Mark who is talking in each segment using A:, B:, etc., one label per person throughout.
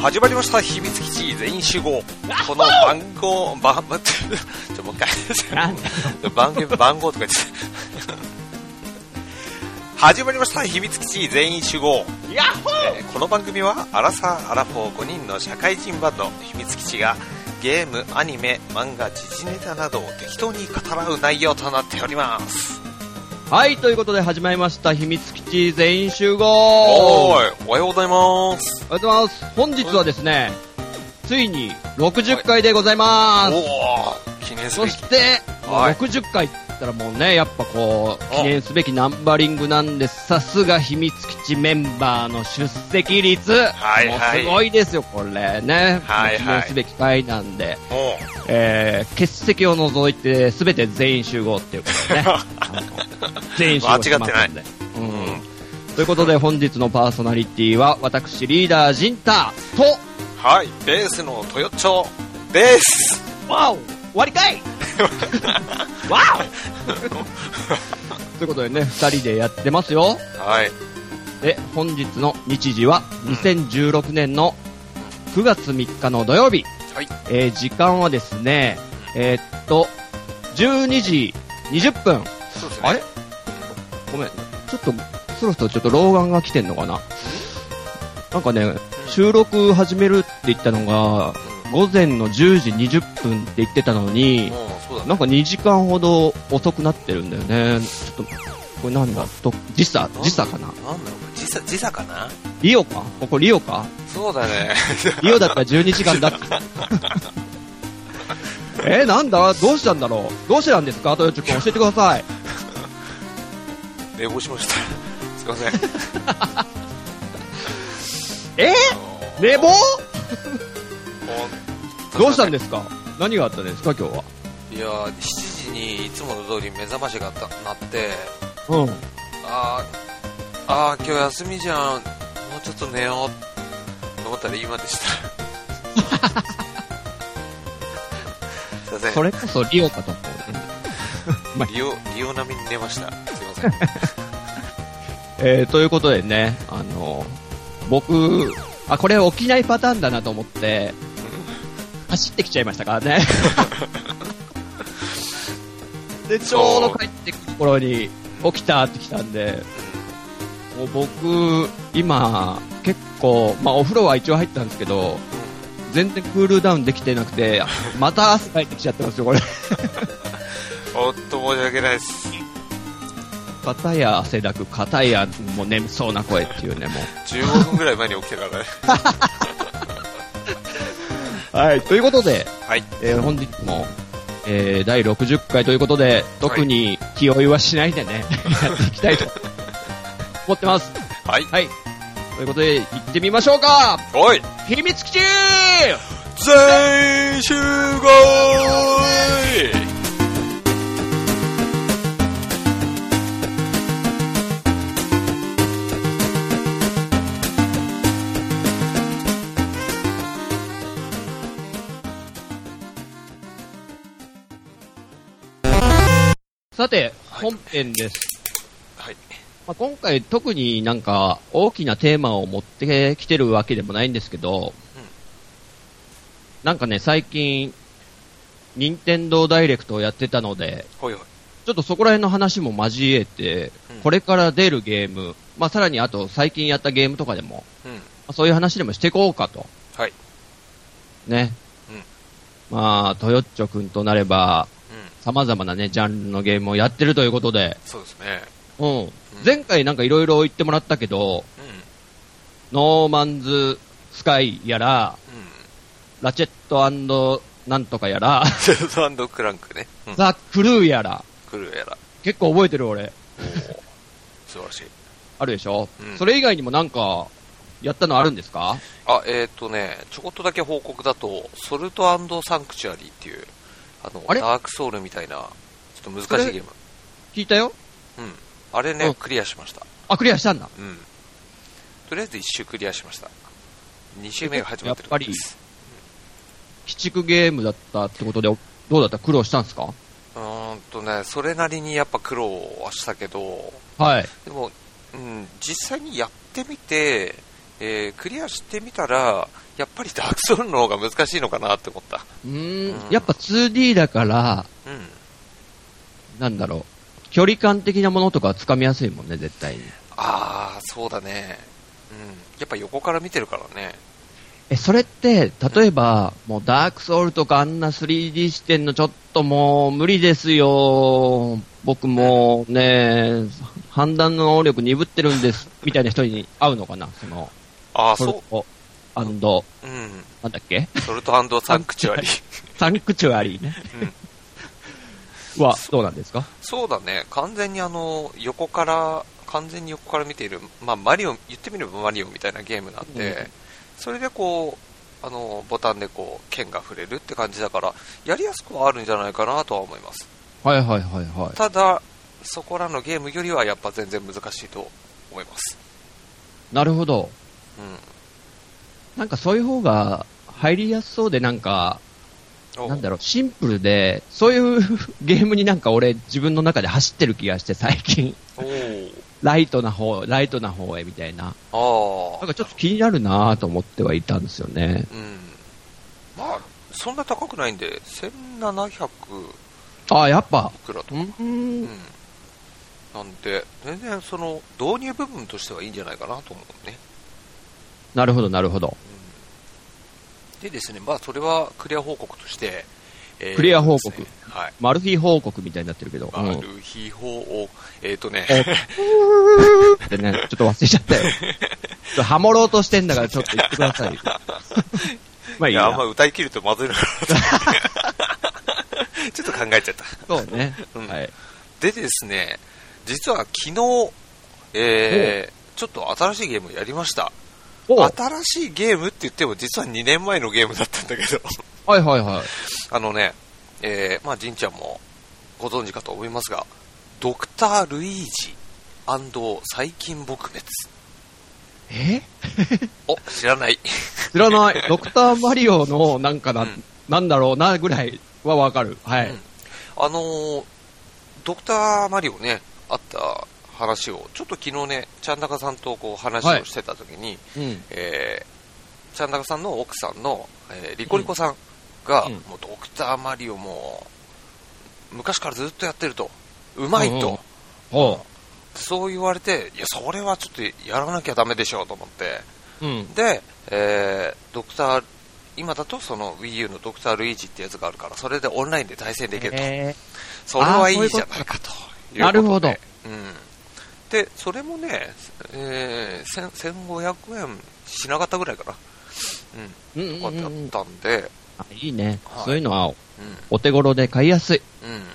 A: 始まりました秘密基地全員集合この番号番 ちょもう一
B: なん
A: 回 番組番号とか言って始まりました秘密基地全員集合
B: ヤッホー
A: えーこの番組はアラサー・アラフォー5人の社会人バンド秘密基地がゲームアニメ漫画時事ネタなどを適当に語らう内容となっております
B: はい、ということで始まりました、秘密基地全員集合
A: お
B: おはよ
A: ーいおはようございます
B: うございます。本日はですね、ついに60回でございま
A: お
B: す。
A: お記念す
B: そ
A: べ
B: し
A: き
B: て、
A: はい
B: 60回って言ったらもうね、やっぱこう、
A: お
B: 記念すべきナンバリングなんで、さすが秘密基地メンバーの出席率。
A: はい
B: もう
A: はい
B: すごいですよ、これね。
A: はいはい
B: 記念すべき回なんで、
A: おー
B: えー、欠席を除いて、すべて全員集合っていうことで ね。全員集合してますんで。
A: う
B: うん
A: ん
B: ということで本日のパーソナリティは私リーダージンタと
A: はいベースのトヨッチョです
B: わお終わりか いわ おということでね2人でやってますよ
A: はい
B: で本日の日時は2016年の9月3日の土曜日、
A: はい
B: えー時間はですねえーっと12時20分
A: そうですね
B: あれごめん。ちょっと、そろそろちょっと老眼が来てんのかななんかね、収録始めるって言ったのが、午前の10時20分って言ってたのに、
A: もうそうだね
B: なんか2時間ほど遅くなってるんだよね。ちょっと、これなんだと、時差時差かな
A: なんだろうこれ時差時差かな
B: リオかここリオ か
A: そうだね
B: リオだったら12時間だって。 えーなんだどうしたんだろうどうしてなんですか豊地君教えてください。
A: 寝坊しました すいませんあのー
B: えー、寝坊
A: ほん
B: どうしたんですか何があったんですか今日は。
A: いやー7時にいつもの通り目覚ましがたなって
B: うん。
A: あーあー今日休みじゃんもうちょっと寝ようと思ったら今で したすいません
B: それこそリオかと思うね。
A: リオリオ並みに寝ましたすいません
B: えー、ということでね、あの、僕、あ、これ起きないパターンだなと思って、走ってきちゃいましたからね。で、ちょうど帰ってくる頃に、起きたって来たんで、もう僕、今、結構、まあお風呂は一応入ったんですけど、全然クールダウンできてなくて、また汗かいてきちゃってますよ、これ。
A: おっと申し訳ないです
B: 片や汗だく、片やもう眠そうな声っていうね、もう。
A: 15分ぐらい前に起きたからね
B: はい、ということで、
A: はい
B: えー本日も、えー第60回ということで、特に気負いはしないで ね、やっていきたいと思ってます。
A: はい
B: はい。ということで、行ってみましょうか
A: おい
B: 秘密基地
A: 全員集合
B: さて、
A: はい
B: 本編です。
A: はい
B: まあ、今回特になんか大きなテーマを持ってきてるわけでもないんですけど、
A: うん
B: なんかね、最近、任天堂ダイレクトをやってたので、
A: ほいほい
B: ちょっとそこら辺の話も交えて
A: うん、
B: これから出るゲーム、まあ、さらにあと最近やったゲームとかでも、
A: うん
B: まあそういう話でもしていこうかと。
A: はい
B: ね。
A: うん
B: まあ、トヨッチョ君となれば、
A: うん
B: 様々なね、ジャンルのゲームをやってるということで、
A: そうですね
B: うん。前回なんかいろいろ言ってもらったけど、ノーマンズスカイやら、
A: うん うん
B: ラチェットなんとかやら、
A: セルドアンドクランクね。うん。
B: ザ・クルーやら、
A: 来るやら。
B: 結構覚えてる俺。
A: 素晴らしい。
B: あるでしょ、
A: うん
B: それ以外にもなんか、やったのあるんですか
A: あ、えっ、とね、ちょこっとだけ報告だと、ソルトサンクチュアリーっていう、あの、
B: あれ
A: ダークソウルみたいな、ちょっと難しいゲーム。
B: 聞いたよ
A: うん。あれね、
B: うん
A: クリアしました。
B: あ、クリアしたんだ。
A: うん。とりあえず1周クリアしました。2周目が始まってる
B: やっぱり
A: です。
B: 鬼畜ゲームだったってことで、おどうだった苦労したんですか
A: うーんとね、それなりにやっぱ苦労はしたけど、
B: はい。
A: でも、うん、実際にやってみて、えークリアしてみたら、やっぱりダークソウルの方が難しいのかなって思った。
B: うーん、やっぱ 2D だから、
A: うん。
B: なんだろう。距離感的なものとかは掴みやすいもんね、絶対に。
A: ああ、そうだね。うん。やっぱ横から見てるからね。
B: え、それって、例えば、もうダークソウルとかあんな 3D 視点のちょっともう無理ですよ。僕もうね、判断の能力鈍ってるんです。みたいな人に会うのかなその、
A: ああ、
B: ソル
A: そ
B: ト、アンド、
A: う。うん。
B: なんだっけ
A: ソルトサンクチュア リー。
B: サンクチュアリーね。
A: うん。
B: は、どうなんですか
A: そうだね。完全にあの、横から、完全に横から見ている、まあマリオ、言ってみればマリオみたいなゲームなんで、
B: うん
A: それでこう、あの、ボタンでこう、剣が触れるって感じだから、やりやすくはあるんじゃないかなとは思います。
B: はいはいはいはい。
A: ただ、そこらのゲームよりはやっぱ全然難しいと思います。
B: なるほど。
A: う
B: なんかそういう方が入りやすそうでなんか、
A: ん。お
B: なんだろう、シンプルで、そういう ゲームになんか俺自分の中で走ってる気がして最近。
A: おー
B: ライトな方、ライトな方へみたいな。
A: ああ。
B: なんかちょっと気になるなぁと思ってはいたんですよね。
A: うん。まあ、そんな高くないんで、1700
B: ああ、やっぱ
A: い、くらと。
B: う
A: うんん。。なんで、全然その、導入部分としてはいいんじゃないかなと思うね。
B: なるほど、なるほど。
A: うん。でですね、まあ、それはクリア報告として、えー
B: クリア報告
A: ですねはい。
B: マルフィー報告みたいになってるけど。
A: マ
B: うん。
A: ル秘報を、えっ、とね、
B: ってね、ちょっと忘れちゃったよ。ちょっとハモろうとしてんだからちょっと言ってくださ いよ。まあい
A: い
B: い
A: や、
B: や。
A: あんま歌い切るとまずいのかな ちょっと考えちゃった。
B: そうね。
A: うん
B: はい。
A: でですね、実は昨日、えー、ちょっと新しいゲームをやりました。
B: おはい
A: 新しいゲームって言っても実は2年前のゲームだったんだけど、
B: はいはい。
A: あのね、えー、まあ、じんちゃんもご存知かと思いますが、ドクター・ルイージ細菌撲滅。
B: え
A: お、知らない。
B: 知らない。ドクターマリオのなんかな、
A: うん
B: なんだろうなぐらいはわかる。はい。
A: うん あのー、ドクター・マリオね、あった話を、ちょっと昨日ね、ちゃん中さんとこう話をしてた時に、
B: うん。
A: えー、ちゃん中さんの奥さんの、えーリコリコさんが、
B: うん
A: もうドクターマリオも昔からずっとやってると、うまいと、
B: うんうんおう。
A: そう言われて、いや、それはちょっとやらなきゃダメでしょうと思って、
B: うん。
A: で、えードクター、今だとその Wii U のドクタールイージってやつがあるから、それでオンラインで対戦できると、
B: え
A: それはいいじゃないかということで。
B: なるほど
A: うん。で、それもね、えー、1000 1500円しなかったぐらいかな。うん。
B: ーうん
A: こ
B: う
A: うや
B: ん
A: っ
B: うん
A: てやったんで、
B: あいいね
A: はい。
B: そういうのは
A: う
B: お手頃で買いやすい。
A: ん。うん。で、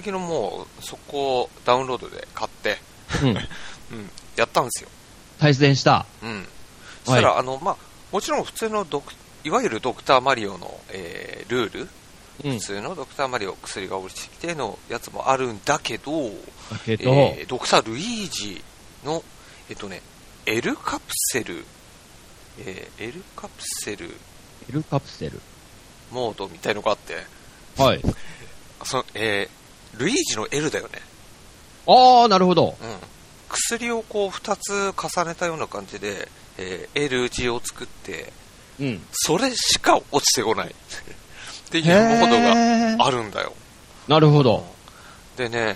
A: 昨日もう、そこをダウンロードで買って、
B: うん。
A: うん、やったんですよ。
B: 対戦した。
A: うん。そしたら、あの、まあ、もちろん普通のドク、いわゆるドクターマリオの、えー、ルール、
B: うん
A: 普。通のドクターマリオ薬が落ちてきてのやつもあるんだけど、
B: だけど、
A: えードクター・ルイージの、えっとね、L カプセル、えー L カプセル
B: L カプセル。
A: モードみたいのがあって、
B: はい。
A: そのえールイージの L だよね、
B: あー、なるほど。
A: うん、薬をこう2つ重ねたような感じで、えー L 字を作って、
B: うん。
A: それしか落ちてこない っていう
B: へ
A: モードが
B: ー。
A: あるんだよ。
B: なるほど。
A: でね、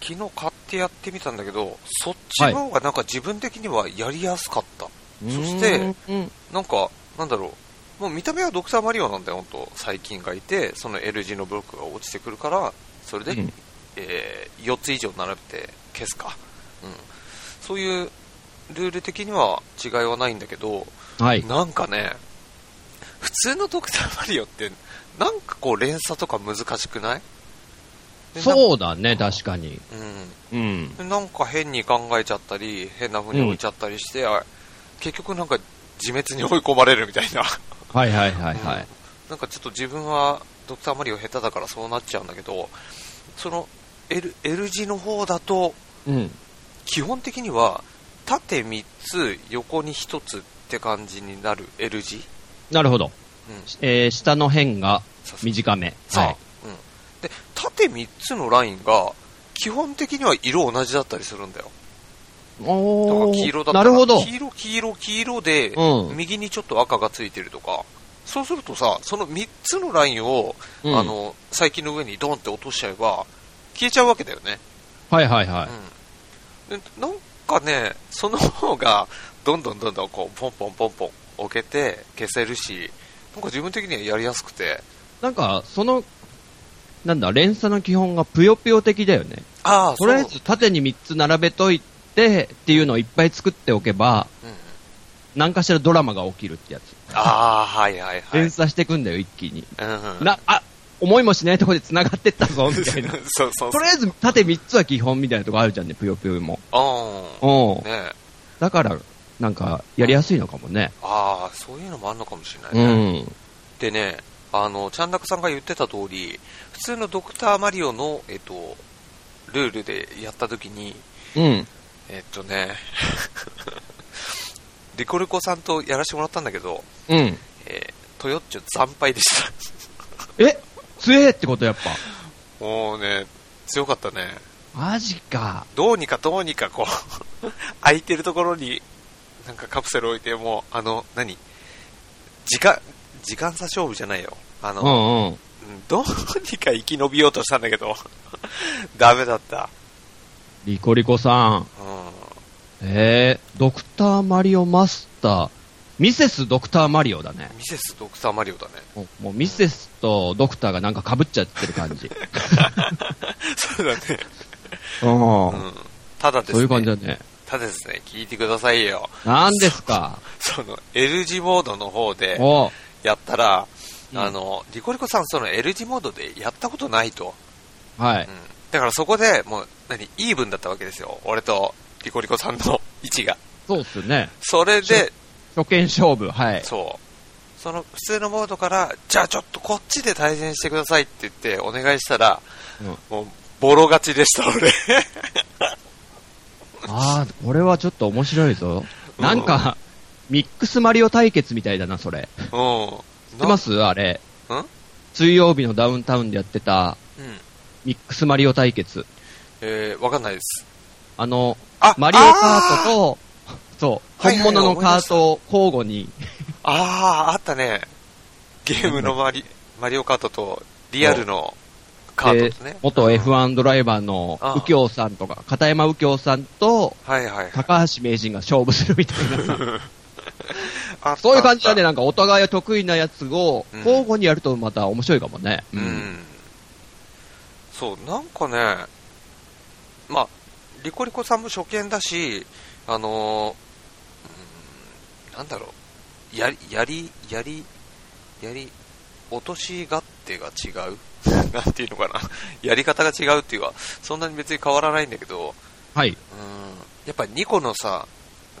A: 昨日買ってやってみたんだけど、そっちの方がなんか自分的にはやりやすかった。そして
B: うん、うん。
A: なんか、なんだろう、もう見た目はドクターマリオなんだよ、本当、細菌がいて、その L 字のブロックが落ちてくるから、それで、
B: うん
A: えー4つ以上並べて消すか、うん、そういうルール的には違いはないんだけど、
B: はい。
A: なんかね、普通のドクターマリオって、なんかこう、連鎖とか難しくないでなん
B: そうだね、確かに。
A: うん
B: うん。
A: でなんか変に考えちゃったり、変な風に置いちゃったりして、あ結局なんか自滅に追い込まれるみたいな。
B: はいはいは
A: う
B: いは
A: ん
B: い。
A: なんかちょっと自分はドクターマリオ下手だからそうなっちゃうんだけど、その L, L 字の方だと、
B: うん。
A: 基本的には縦3つ、横に1つって感じになる L 字。
B: なるほど。
A: うん、
B: えー、下の辺が
A: そうそう
B: 短め。
A: そう
B: はい。
A: うん、で縦3つのラインが基本的には色同じだったりするんだよ。と
B: お
A: か
B: ー
A: 黄色だった
B: な
A: ら
B: るほど。
A: 黄色、黄色、黄色で、
B: うん
A: 右にちょっと赤がついてるとか、そうするとさ、その3つのラインを、
B: うん
A: あの、最近の上にドンって落としちゃえば、消えちゃうわけだよね。
B: はいはいはい。
A: うん。でなんかね、その方が、どんどんどんどんこう、ポンポンポンポン置けて消せるし、なんか自分的にはやりやすくて、
B: なんか、その、なんだ、連鎖の基本がぷよぷよ的だよね。
A: ああ、
B: とりあえ
A: そう
B: ず縦に3つ並べといてっていうのをいっぱい作っておけば、
A: うんうん
B: 何かしらドラマが起きるってやつ。
A: ああ、はいはいはい。
B: 連鎖していくんだよ、一気に。
A: うんうん
B: な、あ、思いもしないとこで繋がってったぞ、みたいな。
A: そうそうそ
B: と
A: う。
B: りあえず縦3つは基本みたいなとこあるじゃんね、ぷよぷよも。
A: あ
B: うん
A: あ、。ねえ
B: だから、なんか、やりやすいのかもね。
A: ああ、そういうのもあるのかもしれないうね。
B: ん。
A: でね、あの、ちゃんなかさんが言ってた通り、普通のドクターマリオの、えっと、ルールでやった時に、
B: うん。
A: えっとね、 リコリコさんとやらせてもらったんだけど、
B: うん。
A: えー、トヨッチョ惨敗でした。
B: え強えってことやっぱ。
A: もうね、強かったね。
B: マジか。
A: どうにかどうにかこう、 空いてるところに、なんかカプセル置いて、もう、あの、何時間、時間差勝負じゃないよ。あ
B: う
A: の、
B: んうん。
A: うんどうにか生き延びようとしたんだけど、 ダメだった。
B: リコリコさ
A: う
B: ん。
A: ん。
B: えー、ドクターマリオマスター。ミセスドクターマリオだね。
A: ミセスドクターマリオだね。
B: もうもうミセスとドクターがなんか被っちゃってる感 じ。
A: そうだね。
B: うん
A: うん。ただですね。
B: そういう感じだね。
A: ただですね、聞いてくださいよ。
B: なんですか。
A: その、L 字モードの方で
B: お
A: やったら、
B: うん
A: あの、リコリコさんその L 字モードでやったことないと。。
B: はいう
A: ん。だからそこでもう、何、イーブンだったわけですよ。俺とリコリコさんの 位置が。
B: そうっすね。
A: それで、
B: 初見勝負。はい。
A: そう。その普通のモードから、じゃあちょっとこっちで対戦してくださいって言ってお願いしたら、
B: うん
A: もう、ボロ勝ちでした、 俺。
B: ああ、これはちょっと面白いぞ。
A: うん
B: なんか、ミックスマリオ対決みたいだな、それ。
A: う
B: 知
A: ん。
B: ってますあれ。
A: ん
B: 水曜日のダウンタウンでやってた、
A: うん。
B: ミックスマリオ対決。
A: えー、わかんないです。
B: あの、
A: あ
B: マリオカートと、そう、
A: はい
B: 本
A: はい
B: 物のカートを交互に、
A: あーあー、あったね。ゲームのマリ、マリオカートと、リアルのカートとね
B: で。元 F1 ドライバーの
A: ああ
B: 右京さんとか、片山右京さんと、
A: はいはい。
B: 高橋名人が勝負するみた いな。
A: あった
B: そういう感じだね。
A: あっ
B: なんかお互い得意なやつを
A: うん
B: 交互にやるとまた面白いかもね。
A: たうん。そう、なんかね、まあ、リコリコさんも初見だし、あのー、うんなんだろう、やり、やり、やり、やり、落とし勝手が違う なんていうのかな。やり方が違うっていうか、そんなに別に変わらないんだけど、
B: はい。
A: うんやっぱり2個のさ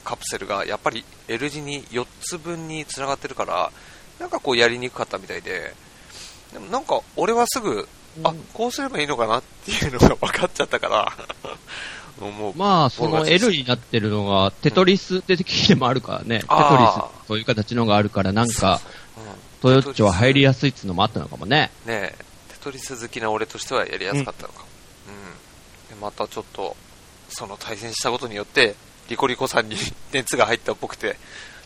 A: カプセルがやっぱり L 字に4つ分につながってるからなんかこうやりにくかったみたいででもなんか俺はすぐ、あ
B: うん
A: こうすればいいのかなっていうのが分かっちゃったから もう、
B: まあ、そ
A: そう
B: の
A: です
B: L になってるのが、テトリスって機でもあるからね。テトリ
A: ああ
B: ス、そういう形のがあるから、なんか、
A: うん
B: トヨッチョは入りやすいっつうのもあったのかもね。
A: ねえテトリス好きな俺としてはやりやすかったのかも、うんでまたちょっとその対戦したことによってリコリコさんに 熱が入ったっぽくて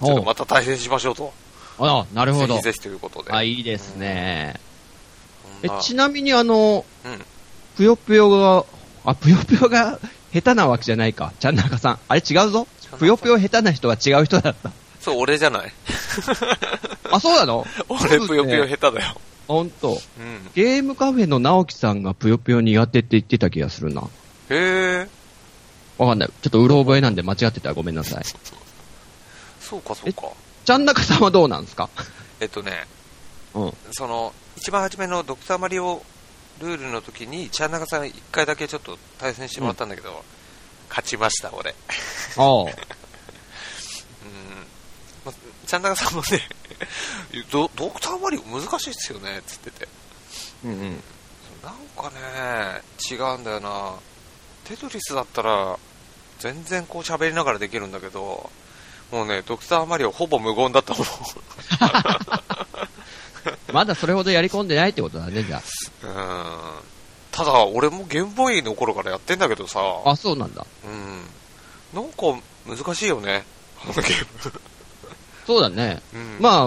A: ちょっとまた対戦しましょうと
B: ああ、なるほ
A: ぜ
B: ど
A: ひ。ぜひということで
B: あ、いいですね。
A: そん
B: え
A: な、
B: ちなみにあの、
A: うん
B: ぷよぷよが、あ、ぷよぷよが 下手なわけじゃないか。ちゃんなかさん。あれ違うぞ。ぷよぷよ下手な人は違う人だった。
A: そう、俺じゃない。
B: あ、そうなの
A: 俺、ぷよぷよ
B: 下手。
A: 下手だよ。
B: ほんと。
A: うん。
B: ゲームカフェの直樹さんがぷよぷよ苦手って言ってた気がするな。
A: へえ。
B: わかんない。ちょっとうろ覚えなんで間違ってたらごめんなさい。
A: そうか、そうか。
B: ちゃんなかさんはどうなんですか
A: えっとね、
B: うん。
A: その、一番初めのドクターマリオルールの時に、チャンナカさん一回だけちょっと対戦してもらったんだけど、勝ちました、俺。うん。
B: ああ。
A: ま、チャンナカさんもね、 ドドクターマリオ難しいっすよね、つってて。
B: うんうん。
A: なんかね、違うんだよな。テトリスだったら、全然こう喋りながらできるんだけど、もうね、ドクターマリオほぼ無言だったもん。
B: まだそれほどやり込んでないってことだね、じゃ
A: うーん。ただ、俺もゲームボーイの頃からやってんだけどさ、
B: あ。あ、そうなんだ。
A: うん。なんか難しいよね、このゲーム。
B: そうだね。
A: うん、あ、
B: まあ、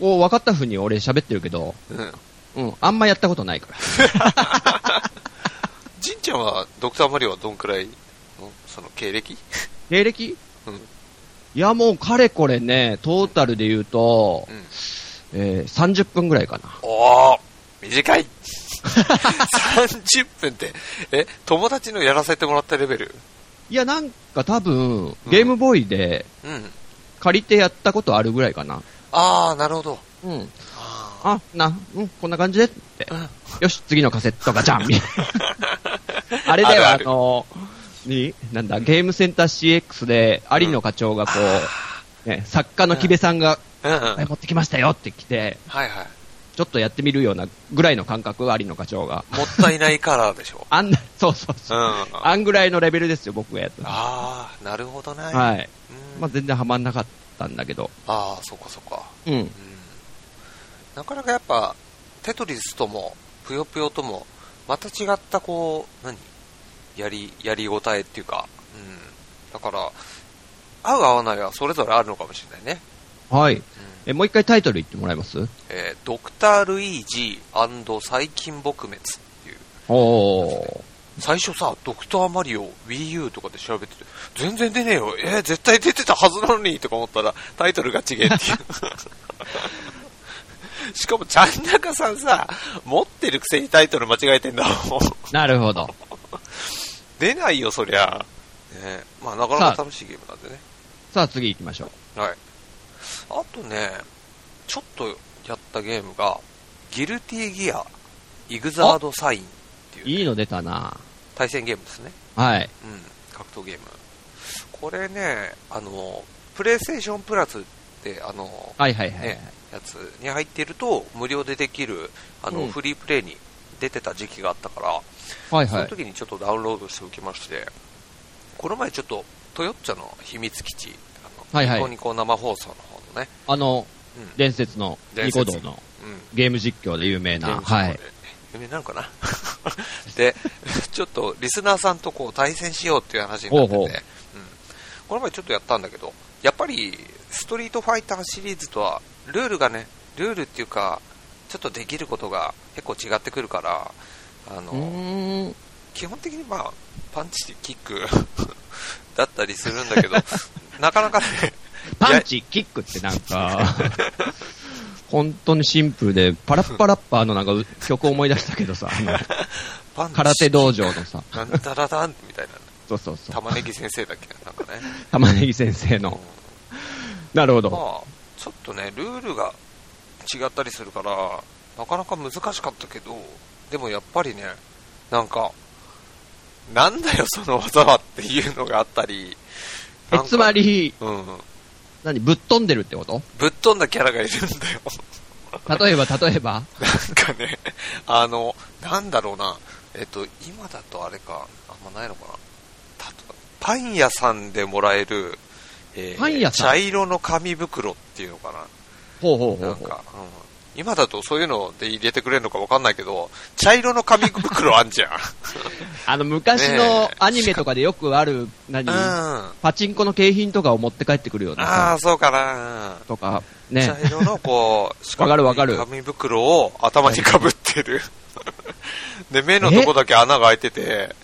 B: こう分かった風に俺喋ってるけど、
A: うん。
B: うん、あんまやったことないから。
A: じんちゃんはドクターマリオはどんくらいの、その経歴
B: 経歴
A: うん
B: いや、もうかれこれね、トータルで言うと、
A: うん。
B: えー、30分ぐらいかな。
A: おー短い !30 分って、え、友達のやらせてもらったレベル
B: いや、なんか多分、ゲームボーイで
A: うん。
B: 借りてやったことあるぐらいかな。
A: あー、なるほど。
B: うん。
A: あ
B: あ、な、うん、こんな感じでって。よし、次のカセット ガチャンみたいなあれだよ、
A: あるあ
B: あ
A: る
B: の、に、なんだ、ゲームセンター CX で、有野課長がこう、ね、作家の木部さんが、
A: うんうん。
B: はい持ってきましたよって来て、
A: はいはい。
B: ちょっとやってみるようなぐらいの感覚は有野課長が。
A: もったいないカラーでしょ。
B: あんな、 そうそう
A: う
B: そ
A: ん。
B: う。
A: あ
B: あんぐらいのレベルですよ、僕がやったの
A: あー、なるほどね。い。
B: はい。
A: うん、
B: まあ、全然ハマんなかったんだけど。
A: あー、そっかそっか。
B: うん。
A: うん。なかなかやっぱ、テトリスとも、ぷよぷよとも、また違ったこう、何やり、やりごたえっていうか、うん。だから、合う合わないはそれぞれあるのかもしれないね。
B: はい。
A: うん
B: え、もう一回タイトル言ってもらえます
A: えードクター・ルイージ細菌撲滅っていう。
B: おー。
A: 最初さ、ドクター・マリオ、Wii U とかで調べてて、全然出ねえよ、えー絶対出てたはずなのにとか思ったら、タイトルが違えっていう。 しかも、ちゃん中さんさ、持ってるくせにタイトル間違えてんだもん。
B: なるほど。
A: 出ないよ、そりゃ。ね、まあ、なかなか楽しいゲームなんでね。
B: さあ、次行きましょう。
A: はい。あとね、ちょっとやったゲームが、ギルティギア、イグザードサインっていうね、
B: いいの出たな
A: 対戦ゲームですね。
B: はい。
A: うん、格闘ゲーム。これね、あの、プレイステーションプラスって、あの、
B: はいはいはいはい。
A: ねやつに入っていると、無料でできる、あの、
B: うん
A: フリープレイに出てた時期があったから、
B: はい
A: そ
B: は
A: の
B: い。
A: 時にちょっとダウンロードしておきまして、この前ちょっと、トヨッチャの秘密基地、あの、
B: はいはい
A: ニコニコ生放送の方のね、
B: あの、
A: うん、
B: 伝説のニコ動の
A: うん、
B: ゲーム実況で有名な。
A: 現地の
B: は
A: 方
B: い
A: で。。夢なのかな で、 ちょっとリスナーさんとこう対戦しようっていう話になってて、
B: ほうほう
A: うん、この前ちょっとやったんだけど、やっぱりストリートファイターシリーズとはルールがね、ルールっていうか、ちょっとできることが結構違ってくるから、あ
B: う
A: の、
B: ーん。
A: 基本的にまあ、パンチ、キック だったりするんだけ ど、なかなかね、
B: パンチ、キックってなんか、 本当にシンプルで、パラッパラッパーのなんかう曲思い出したけどさ、あの
A: パンチ、
B: 空手道場のさ、
A: なんたらだんみたいな、
B: そうそうそう、
A: 玉ねぎ先生だっけなんかね。
B: 玉ねぎ先生
A: う
B: の
A: ん。
B: なるほど。
A: まあ、ちょっとね、ルールが違ったりするから、なかなか難しかったけど、でもやっぱりね、なんか、なんだよ、その技はっていうのがあったり、
B: え
A: なんか
B: つま、り、
A: うん、
B: 何、ぶっ飛んでるってこと
A: ぶっ飛んだキャラがいるんだよ。
B: 例えば、例えば、
A: なんかね、あの、なんだろうな、えっと、今だとあれか、あんまないのかな。たパン屋さんでもらえる、えー
B: パン屋さん
A: 茶色の紙袋っていうのかな。
B: ほうほうほ
A: な
B: うんほう。
A: か、うん今だとそういうので入れてくれるのかわかんないけど、茶色の紙袋あんじゃん。
B: あの、昔の
A: ねえ
B: アニメとかでよくある、何、
A: うん。あ
B: パチンコの景品とかを持って帰ってくるような
A: あ
B: さ
A: ー、、そうかな。
B: とか、
A: 茶
B: ね、
A: 色のこう、四角い
B: わかるわかる
A: 紙袋を頭にかぶってる。 で、目のとこだけ穴が開いてて、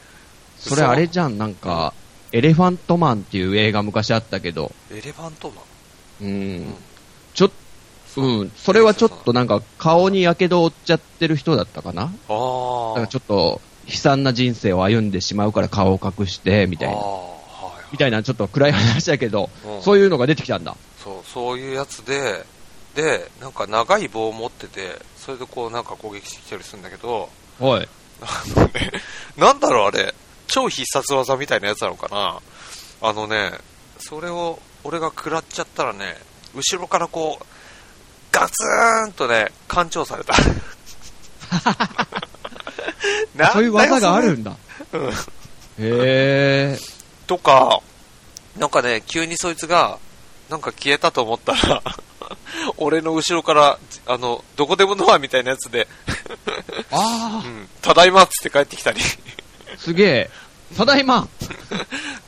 B: それあれじゃん、なんか、エレファントマンっていう映画昔あったけど、
A: エレファントマン。
B: うんちょっうん、それはちょっとなんか顔に火傷を負っちゃってる人だったか
A: あ
B: なだか
A: あ。
B: らちょっと悲惨な人生を歩んでしまうから顔を隠して、みたい
A: あー
B: な。
A: はいはい
B: みたいなちょっと暗い話だけど、
A: うん
B: そういうのが出てきたんだ。
A: そう、そういうやつで、で、なんか長い棒を持ってて、それでこうなんか攻撃してきたりするんだけど、
B: はい。
A: あのね、なんだろうあれ、超必殺技みたいなやつなのかなあのね、それを俺が食らっちゃったらね、後ろからこう、ガツーンとね、干潮された。なんだよ
B: そういう技があるんだ。
A: それうん
B: へえ。
A: とか、なんかね、急にそいつが、なんか消えたと思ったら、 俺の後ろから、あの、どこでもノアみたいなやつで、う
B: あ
A: ん、ただいまっつって帰ってきたり。
B: あ、すげえ。ただいま。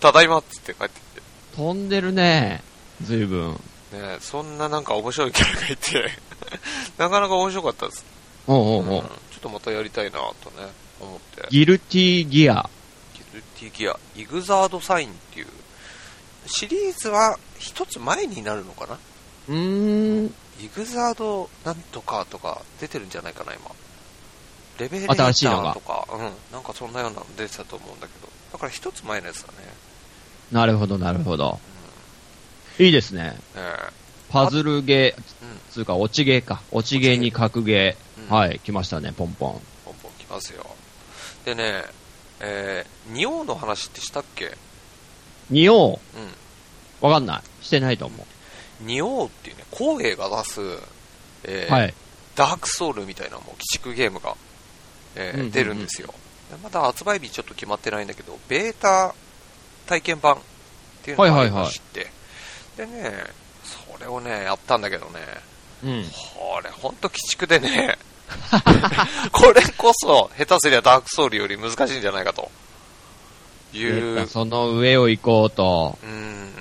A: ただいまっつって帰ってき
B: 飛んでるね。随分。
A: て。ねえそんななんか面白いキャラがいて、なかなか面白かったです。
B: おうお
A: うん
B: うお
A: ちょ
B: う。
A: っとまたやりたいなとね、思って。
B: ギルティギア。
A: ギルティギア、イグザードサインっていう、シリーズは一つ前になるのかな
B: うーん。
A: イグザードなんとかとか出てるんじゃないかな、今。レベル
B: 新しいのが
A: とか、うん、なんかそんなようなの出てたと思うんだけど。だから一つ前のやつだね。
B: なるほど、なるほど。いいですね。
A: え
B: パズルゲー、
A: えうん、
B: つうか、落ちゲーか。落ちゲーに格ゲ
A: うん
B: ー。はい、来ましたね、ポンポン。
A: ポンポン来ますよ。でね、えー、仁王の話ってしたっけ
B: 仁王、
A: うん。
B: わかんない。してないと思
A: 仁王っていうね、光栄が出す、え
B: う。
A: ー
B: はい。
A: ダークソウルみたいなもう鬼畜ゲームが、えー
B: うんうんうん
A: 出るんですよでまだ発売日ちょっと決まってないんだけど、ベータ体験版っていうのがありまして、でね、それをね、やったんだけどね、
B: うん。
A: これほんと鬼畜でね、 これこそ下手すりゃダークソウルより難しいんじゃないかとい
B: えー
A: う
B: とその上を行こうと。
A: うん、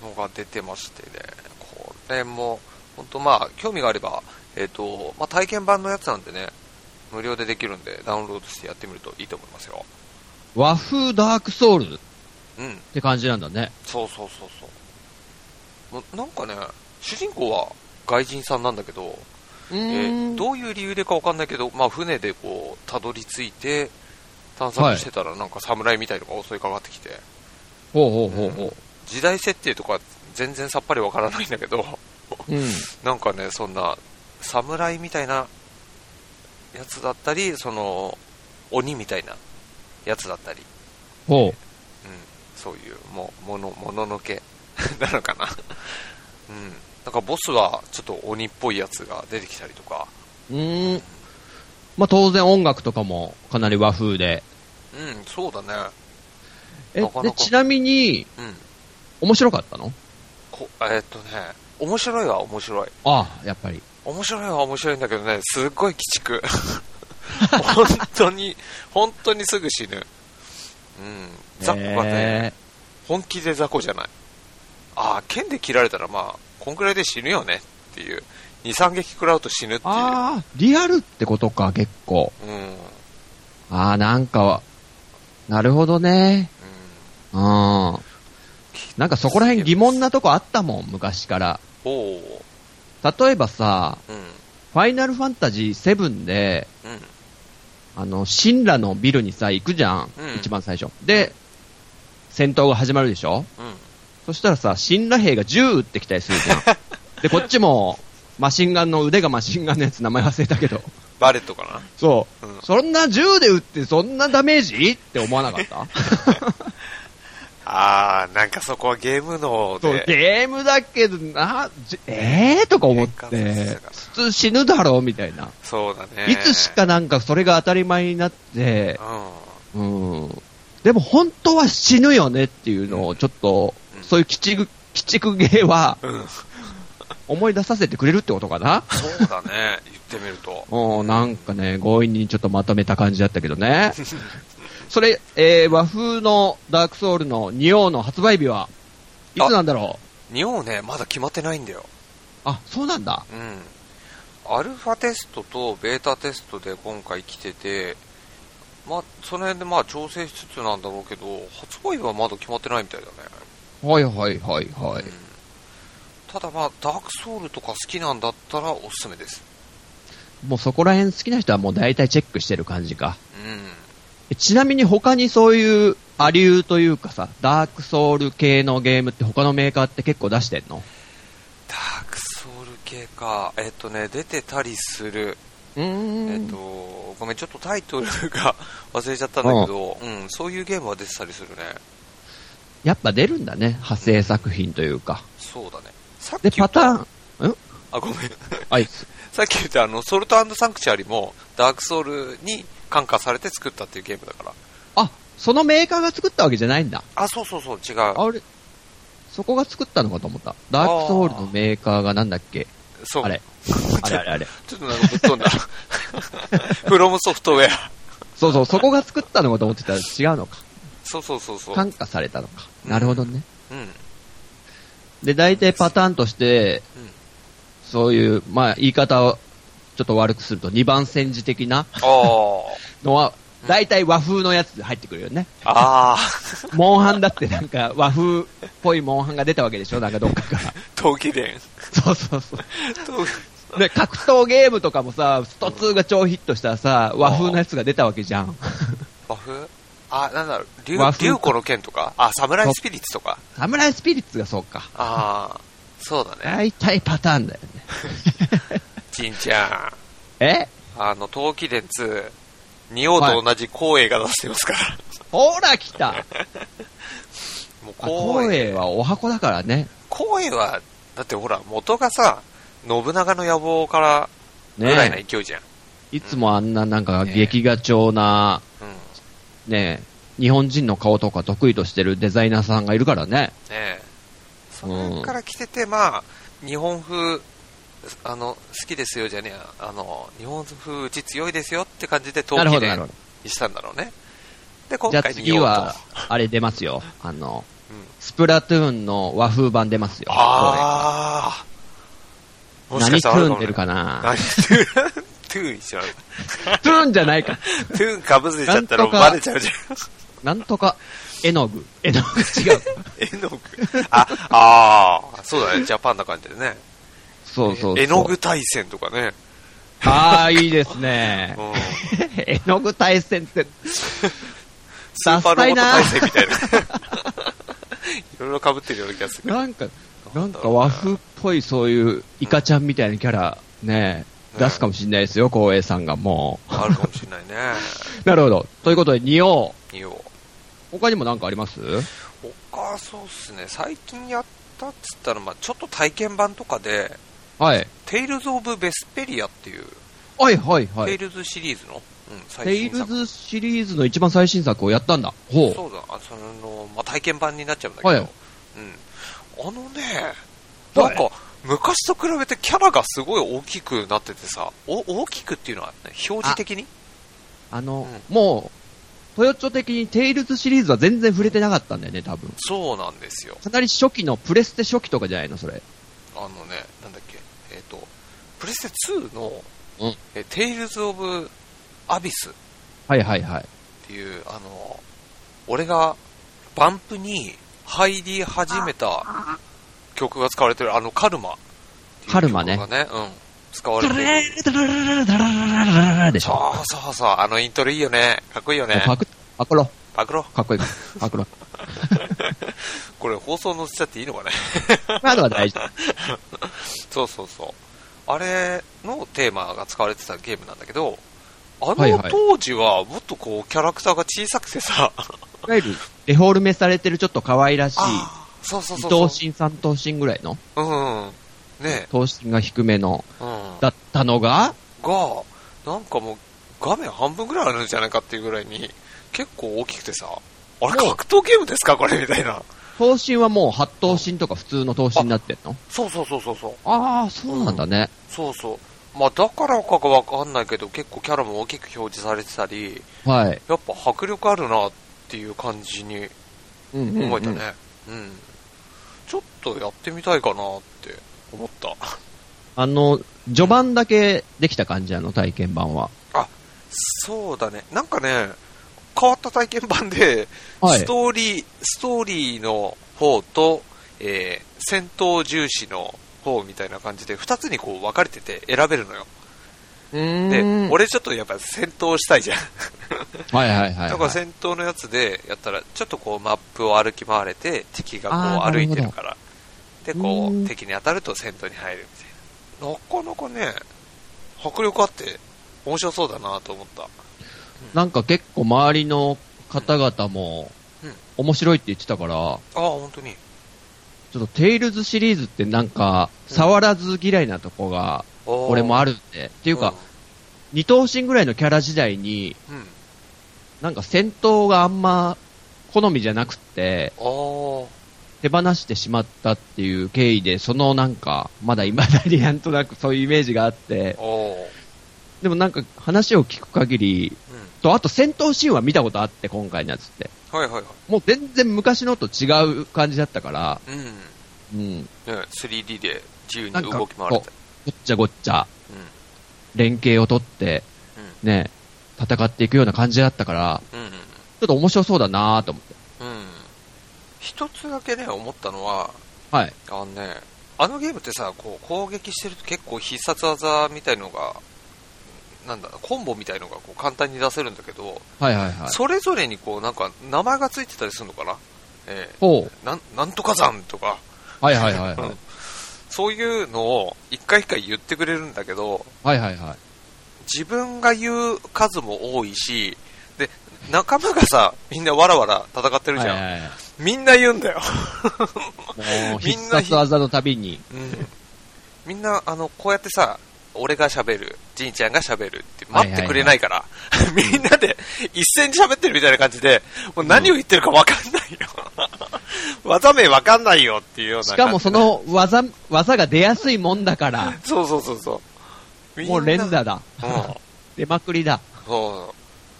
A: のが出てましてね、これも、本当まあ、興味があれば、えっ、と、まあ、体験版のやつなんでね、無料でできるんで、ダウンロードしてやってみるといいと思いますよ。
B: 和風ダークソウルっ
A: うん、
B: て感じなんだね。
A: そうそうそうそう。もうなんかね、主人公は外人さんなんだけど、
B: う
A: え
B: ーん。
A: どういう理由でかわかんないけど、まあ、船でこう、たどり着いて、探索してたら、なんか侍みたいのが襲いかかってきて、
B: ほうほうほうほ
A: 時代設定とか全然さっぱりわからないんだけど、
B: う。うん。
A: なんかね、そんな、侍みたいなやつだったり、その、鬼みたいなやつだったり、
B: ほう。
A: うん、そういう、もう、もの、もののけ なのかな。うん。なんかボスは、ちょっと鬼っぽいやつが出てきたりとか、
B: うーん。まあ、当然音楽とかもかなり和風で。
A: うん、そうだね。
B: え、
A: なかな
B: で
A: か
B: ちなみに、
A: うん。
B: 面白かったの
A: こえーっとね、面白いは面白い。
B: ああ、やっぱり。
A: 面白いは面白いんだけどね、すっごい鬼畜。本当に、本当にすぐ死ぬ。うん。ザッコがね、
B: え
A: 本気で雑魚じゃない。ああ、剣で切られたらまあ、こんくらいで死ぬよねっていう。2、3撃食らうと死ぬっていう。
B: ああ、リアルってことか、結構。
A: うん。うん。
B: ああ、なんか、なるほどね。うん。なんかそこら辺疑問なとこあったもん、昔から。
A: おお。
B: 例えばさ、
A: うん。
B: ファイナルファンタジー7で、
A: うん。
B: あの、神羅のビルにさ、行くじゃん。
A: うん
B: 一番最初。で、戦闘が始まるでしょ
A: うん。
B: そしたらさ、神羅兵が銃撃ってきたりするじゃん。 で、こっちも、マシンガンの、腕がマシンガンのやつ名前忘れたけど。
A: バレットか
B: そ
A: なうん
B: う。。そんな銃で撃ってそんなダメージって思わなかった
A: ああ、なんかそこはゲームの
B: そう、
A: で。
B: ゲームだけどな、じえーとか思っ
A: 変
B: て
A: 換さ、
B: 普通死ぬだろうみたいな。
A: そうだね。
B: いつしかなんかそれが当たり前になって
A: う、ん。
B: うん。でも本当は死ぬよねっていうのをちょっと、
A: うん
B: そういう鬼畜、鬼畜芸は
A: うん。
B: 思い出させてくれるってことかな
A: そうだね。言ってみると。
B: おなんかね、強引にちょっとまとめた感じだったけ どね。それ、えー、和風のダークソウルの仁王の発売日はいつなんだろう
A: 日本ね、まだ決まってないんだよ。
B: あそうなんだ。
A: うん、アルファテストとベータテストで今回来てて、まあ、その辺でまあ調整しつつなんだろうけど、発売日はまだ決まってないみたいだね。
B: はいはいはいは
A: うんただまあ、ダークソウルとか好きなんだったらおすすめです。
B: い。もうそこら辺好きな人はもう大体チェックしてる感じか。
A: うん。
B: えちなみに他にそういうアリューというかさ、ダークソウル系のゲームって他のメーカーって結構出してんの
A: ダークソウル系か。えっとね、出てたりする。
B: うーん
A: えっと、ごめん、ちょっとタイトルが 忘れちゃったんだけど、うん、そういうゲームは出てたりするね。
B: やっぱ出るんだね。派生作品というか。
A: そうだね。さっき
B: で、
A: 言
B: パ
A: った
B: ターン、
A: あ、ごめん。
B: あい
A: さっき言ったあの、ソルトサンクチュアリも、ダークソウルに感化されて作ったっていうゲームだから。
B: あ、そのメーカーが作ったわけじゃないんだ。
A: あ、そうそうそう、違う。
B: あれ、そこが作ったのかと思った。ダークソウルのメーカーがなんだっけ
A: そう。
B: あれ。あれあれあれ。
A: ちょっとなんかぶっ飛ん だ。フロムソフトウェア。
B: そうそう、そこが作ったのかと思ってたら違うのか。
A: そうそうそうそう。
B: 感化されたのか。なるほどね。
A: うん。
B: で、大体パターンとして、
A: うん
B: そういう、まあ、言い方をちょっと悪くすると、二番煎じ的な
A: あー。
B: のは
A: う、ん
B: 大体和風のやつで入ってくるよね。
A: ああ、
B: モンハンだってなんか和風っぽいモンハンが出たわけでしょなんかどっ かから。
A: 陶器伝。
B: そうそうそう。
A: 陶器
B: で、格闘ゲームとかもさ、スト2が超ヒットしたらさ、和風のやつが出たわけじゃん。
A: 和風あ、なんだろう、竜
B: 和、風
A: 竜子の剣とかあ、サムライスピリッツとか。
B: サムライスピリッツがそうか。
A: ああ、そうだね。
B: 大体パターンだよね。
A: ちんちゃん。
B: え
A: あの、陶器伝2、仁王と同じ光栄が出してますから。
B: ほら来た
A: もう
B: あ光
A: 光栄。
B: 栄はお箱だからね。
A: 光栄は、だってほら、元がさ、信長の野望からぐ
B: ね
A: らいの勢いじゃん。
B: いつもあんななんか
A: ね
B: 劇画調な、
A: うん。ね
B: ね日本人の顔とか得意としてるデザイナーさんがいるからね。
A: え。それから来てて、まあ、日本風、あの、好きですよじゃねえやあの、日本風うち強いですよって感じで陶
B: なる
A: 器
B: ほど、なる
A: 伝
B: ほど。
A: にしたんだろうね。で、今
B: じゃあ
A: 回
B: 次
A: 仁王と
B: は。、あれ出ますよ。あの、
A: うん
B: スプラトゥーンの和風版出ますよ。
A: ああ。
B: これ何ト
A: あ
B: ゥ
A: か
B: ーン
A: も
B: 出
A: ね
B: るかな
A: 何トゥーントゥーン一緒なんだ。
B: トゥーンじゃないか。
A: トゥーンかぶせちゃったら
B: なんとか
A: バレちゃうじゃん。
B: なんとか、絵の具。絵の具 違う。
A: 絵の具。あ、ああ、そうだね。ジャパンな感じでね。
B: そうそうそう。
A: 絵の具対戦とかね。
B: ああ、いいですね
A: う。 ん。
B: 絵の具対戦って、
A: スーパーロボット対戦みたいな。い ろいろ被ってるような気がする。
B: なんか、なんか和風っぽいそういうイカちゃんみたいなキャラ、ね
A: ね
B: 出すかもしれないですよ、光栄さんがも
A: あるかもしれないね。
B: う。なるほど。ということで、二王。
A: 匂う。
B: 他にもなんかあります
A: 他、そうっすね。最近やったっつったら、まあちょっと体験版とかで、
B: はい。
A: テイルズ・オブ・ベスペリアっていう、
B: はいはいは
A: テイ
B: い。
A: ルズシリーズの、うん、最
B: テイ
A: 新
B: ル
A: 作。
B: ズシリーズの一番最新作をやったんだ。ほう。
A: そうだ、あその、まあ、体験版になっちゃうんだけど、
B: はい。
A: うん。あのね、なんか、昔と比べてキャラがすごい大きくなっててさ、お大きくっていうのは、ね、表示的に
B: あの、もう、トヨッチョ的にテイルズシリーズは全然触れてなかったんだよね、多分。
A: そうなんですよ。
B: かなり初期の、プレステ初期とかじゃないの、それ。
A: あのね、なんだっけ、えっ、と、プレステ2の、
B: うん
A: えテイルズ・オブ・アビスっ
B: はいはいはい。
A: ていう、あの、俺がバンプに入り始めた曲が使われてる、あの、カルマっていう曲が。
B: カルマね
A: うん。使わ
B: ダ
A: れ
B: ラ
A: て
B: ラ
A: る。
B: ラララララララララでしょ。
A: そうそうそう、あのイントロいいよね。かっこいいよね。
B: パク、パクロ。
A: パクロ。
B: かっこいいから。パクロ。
A: これ放送載せちゃっていいのかね。
B: まだは大丈
A: そうそうそう。あれのテーマが使われてたゲームなんだけど、あ
B: はい
A: の
B: はい
A: 当時はもっとこうキャラクターが小さくて さ、
B: 夫。いわゆる、デフォルメされてるちょっと可愛らしい、
A: あーそうそう
B: 二
A: そう
B: 等
A: そう。
B: 身三等身ぐらいの、
A: うん。ね
B: 等身が低めの、
A: え。うん。
B: だったのが、
A: が、なんかもう画面半分ぐらいあるんじゃないかっていうぐらいに、結構大きくてさ、あれ格闘ゲームですかこれみたいな。
B: 等身はもう八等身とか普通の等身になってんの
A: そうそうそうそうそう。
B: ああ、そうなんだね。
A: そうそう。まあだからかがわかんないけど、結構キャラも大きく表示されてたり、
B: はい。
A: やっぱ迫力あるなっていう感じに
B: うんうんうん
A: 思えたね。うんちょっとやってみたいかなって思った。
B: あの、序盤だけできた感じなの、体験版は。
A: そうだね。なんかね、変わった体験版で、
B: は
A: ス
B: い
A: ト。ーリー、ストーリーの方と、えー戦闘重視の方みたいな感じで、二つにこう分かれてて選べるのよ。で、
B: 俺、
A: 俺ちょっとやっぱ戦闘したいじゃん。
B: はいはいはい、
A: だ
B: は
A: から
B: い。
A: 戦闘のやつでやったら、ちょっとこうマップを歩き回れて、敵がこ
B: あ
A: う
B: ー
A: 歩いてるから。で、こ
B: うーん
A: う、敵に当たると戦闘に入るみたいな。なかなかね、迫力あって、面白そうだなと思った。
B: なんか結構周りの方々も
A: うん、
B: 面白いって言ってたから、
A: ああ、本当に。
B: ちょっとテイルズシリーズってなんか、
A: うん
B: 触らず嫌いなとこが、俺も
A: あ
B: あるんで。ってい
A: る
B: うか、、二等身ぐらいのキャラ時代に、
A: うん。うん
B: なんか戦闘があんま、好みじゃなくて、
A: あー
B: 手放してしまったっていう経緯で、そのなんか、まだ未だになんとなくそういうイメージがあって
A: あ、ー、
B: でもなんか話を聞く限り、
A: うん。
B: と、あと戦闘シーンは見たことあって、今回のやつって。
A: はいはいはい。
B: もう全然昔のと違う感じだったから、
A: うん。ね、
B: うん。
A: 3D で自由に
B: なんか
A: 動き回れて。
B: ごっちゃごっちゃ、
A: う
B: 連携を取って、ね、戦っていくような感じだったから、
A: ん。うん。
B: ちょっと面白そうだなと思って。
A: うん。うん。一つだけね、思ったのは、
B: はい。
A: あのね、あのゲームってさ、こう攻撃してると結構必殺技みたいのが、なんだ、コンボみたいのがこう簡単に出せるんだけど、
B: はいはいはい。
A: それぞれにこうなんか名前がついてたりするのかな、え
B: ほ
A: えなんなんとか山とか、
B: う。はいはい はいは
A: う
B: い
A: ん。そういうのを一回一回言ってくれるんだけど、
B: はいはいはい。
A: 自分が言う数も多いし、で、仲間がさ、みんなわらわら戦ってるじゃん。
B: はいはいはい
A: みんな言うんだよ。
B: も
A: み
B: う必
A: んな
B: 殺技のたびに。
A: うんみんな、あの、こうやってさ、俺が喋る、じいちゃんが喋るって待ってくれないから、 みんなで一斉に喋ってるみたいな感じで、もう何を言ってるかわかんないよ。技名わかんないよっていうような
B: し
A: 感じ。
B: かもそ、の技、技が出やすいもんだから、
A: そうそうそうそう。みんな
B: もう連。
A: うん。
B: 打だ。出まくりだ。
A: そ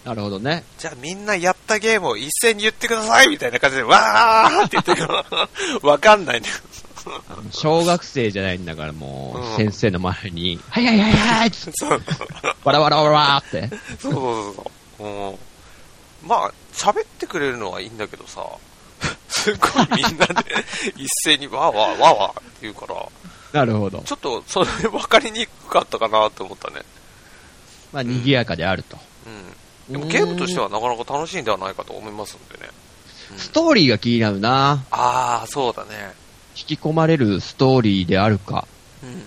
A: う。
B: なるほどね。
A: じゃあみんなやったゲームを一斉に言ってくださいみたいな感じで、わーって言ってる から、わかんないね。
B: 小学生じゃないんだからも
A: うん
B: う、先生の前に、はいはいはいはいつって
A: そう。
B: わらわらわらわーって。
A: そうそうそうそう。うんまあ、喋ってくれるのはいいんだけどさ、 すっごいみんなで一斉にわーわーわーわーって言うから、
B: なるほど。
A: ちょっとそれ分かりにくかったかなと思ったね。
B: まあ、賑やかであると。
A: うん。でもゲームとしてはなかなか楽しいんではないかと思いますんでね。うん
B: ストーリーが気になるな
A: ああ、そうだね。
B: 引き込まれるストーリーであるか。
A: うん。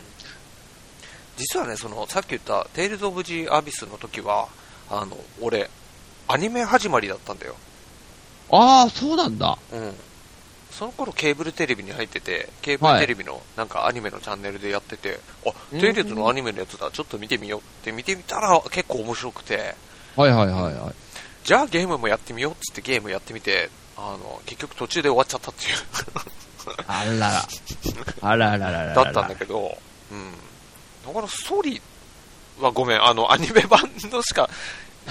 A: 実はね、その、さっき言った、テイルズ・オブ・ジ・アビスの時は、あの、俺、アニメ始まりだったんだよ。
B: ああ、そうなんだ。
A: うん、その頃ケーブルテレビに入ってて、ケーブルテレビのなんかアニメのチャンネルでやってて、
B: う
A: あ、
B: ん
A: テイルズのアニメのやつだ、ちょっと見てみようって見てみたら結構面白くて、
B: はいはいはいはい。
A: じゃあゲームもやってみようっつってゲームやってみて、あの、結局途中で終わっちゃったっていう
B: あらら。あららららら
A: だったんだけど、うん。だからストーリーはごめん、あの、アニメ版のしか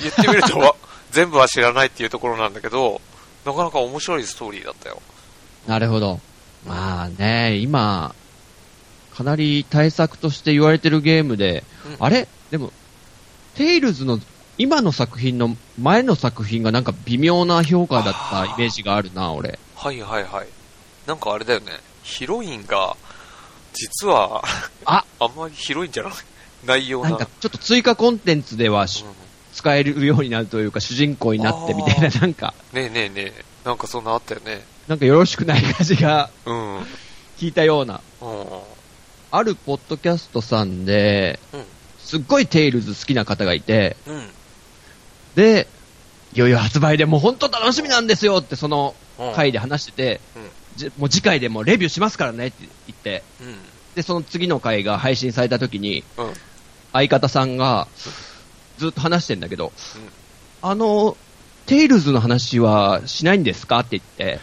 A: 言ってみると 全部は知らないっていうところなんだけど、なかなか面白いストーリーだったよ。
B: なるほど。まあね、今、かなり対策として言われてるゲームで、
A: うん
B: あれでも、テイルズの今の作品の前の作品がなんか微妙な評価だったイメージがあるな、俺。
A: はいはいはい。なんかあれだよね、ヒロインが、実は、
B: あ
A: あんまりヒロインじゃない内容な。
B: なんかちょっと追加コンテンツではし
A: うん
B: 使えるようになるというか、主人公になってみたいな、
A: あ
B: なんか、
A: ねえねえねえ、なんかそんなあったよね。
B: なんかよろしくない感じが
A: うん。うん。
B: 聞いたような。あるポッドキャストさんで、
A: うん
B: すっごいテイルズ好きな方がいて、
A: うん。
B: で、いよいよ発売でもう本当楽しみなんですよってその
A: うん。
B: 回で話してて、
A: うん
B: じもう次回でもうレビューしますからねって言って、
A: うん。
B: で、その次の回が配信された時に、
A: うん。
B: 相方さんが、ずっと話してんだけど、あの、テイルズの話はしないんですかって言って、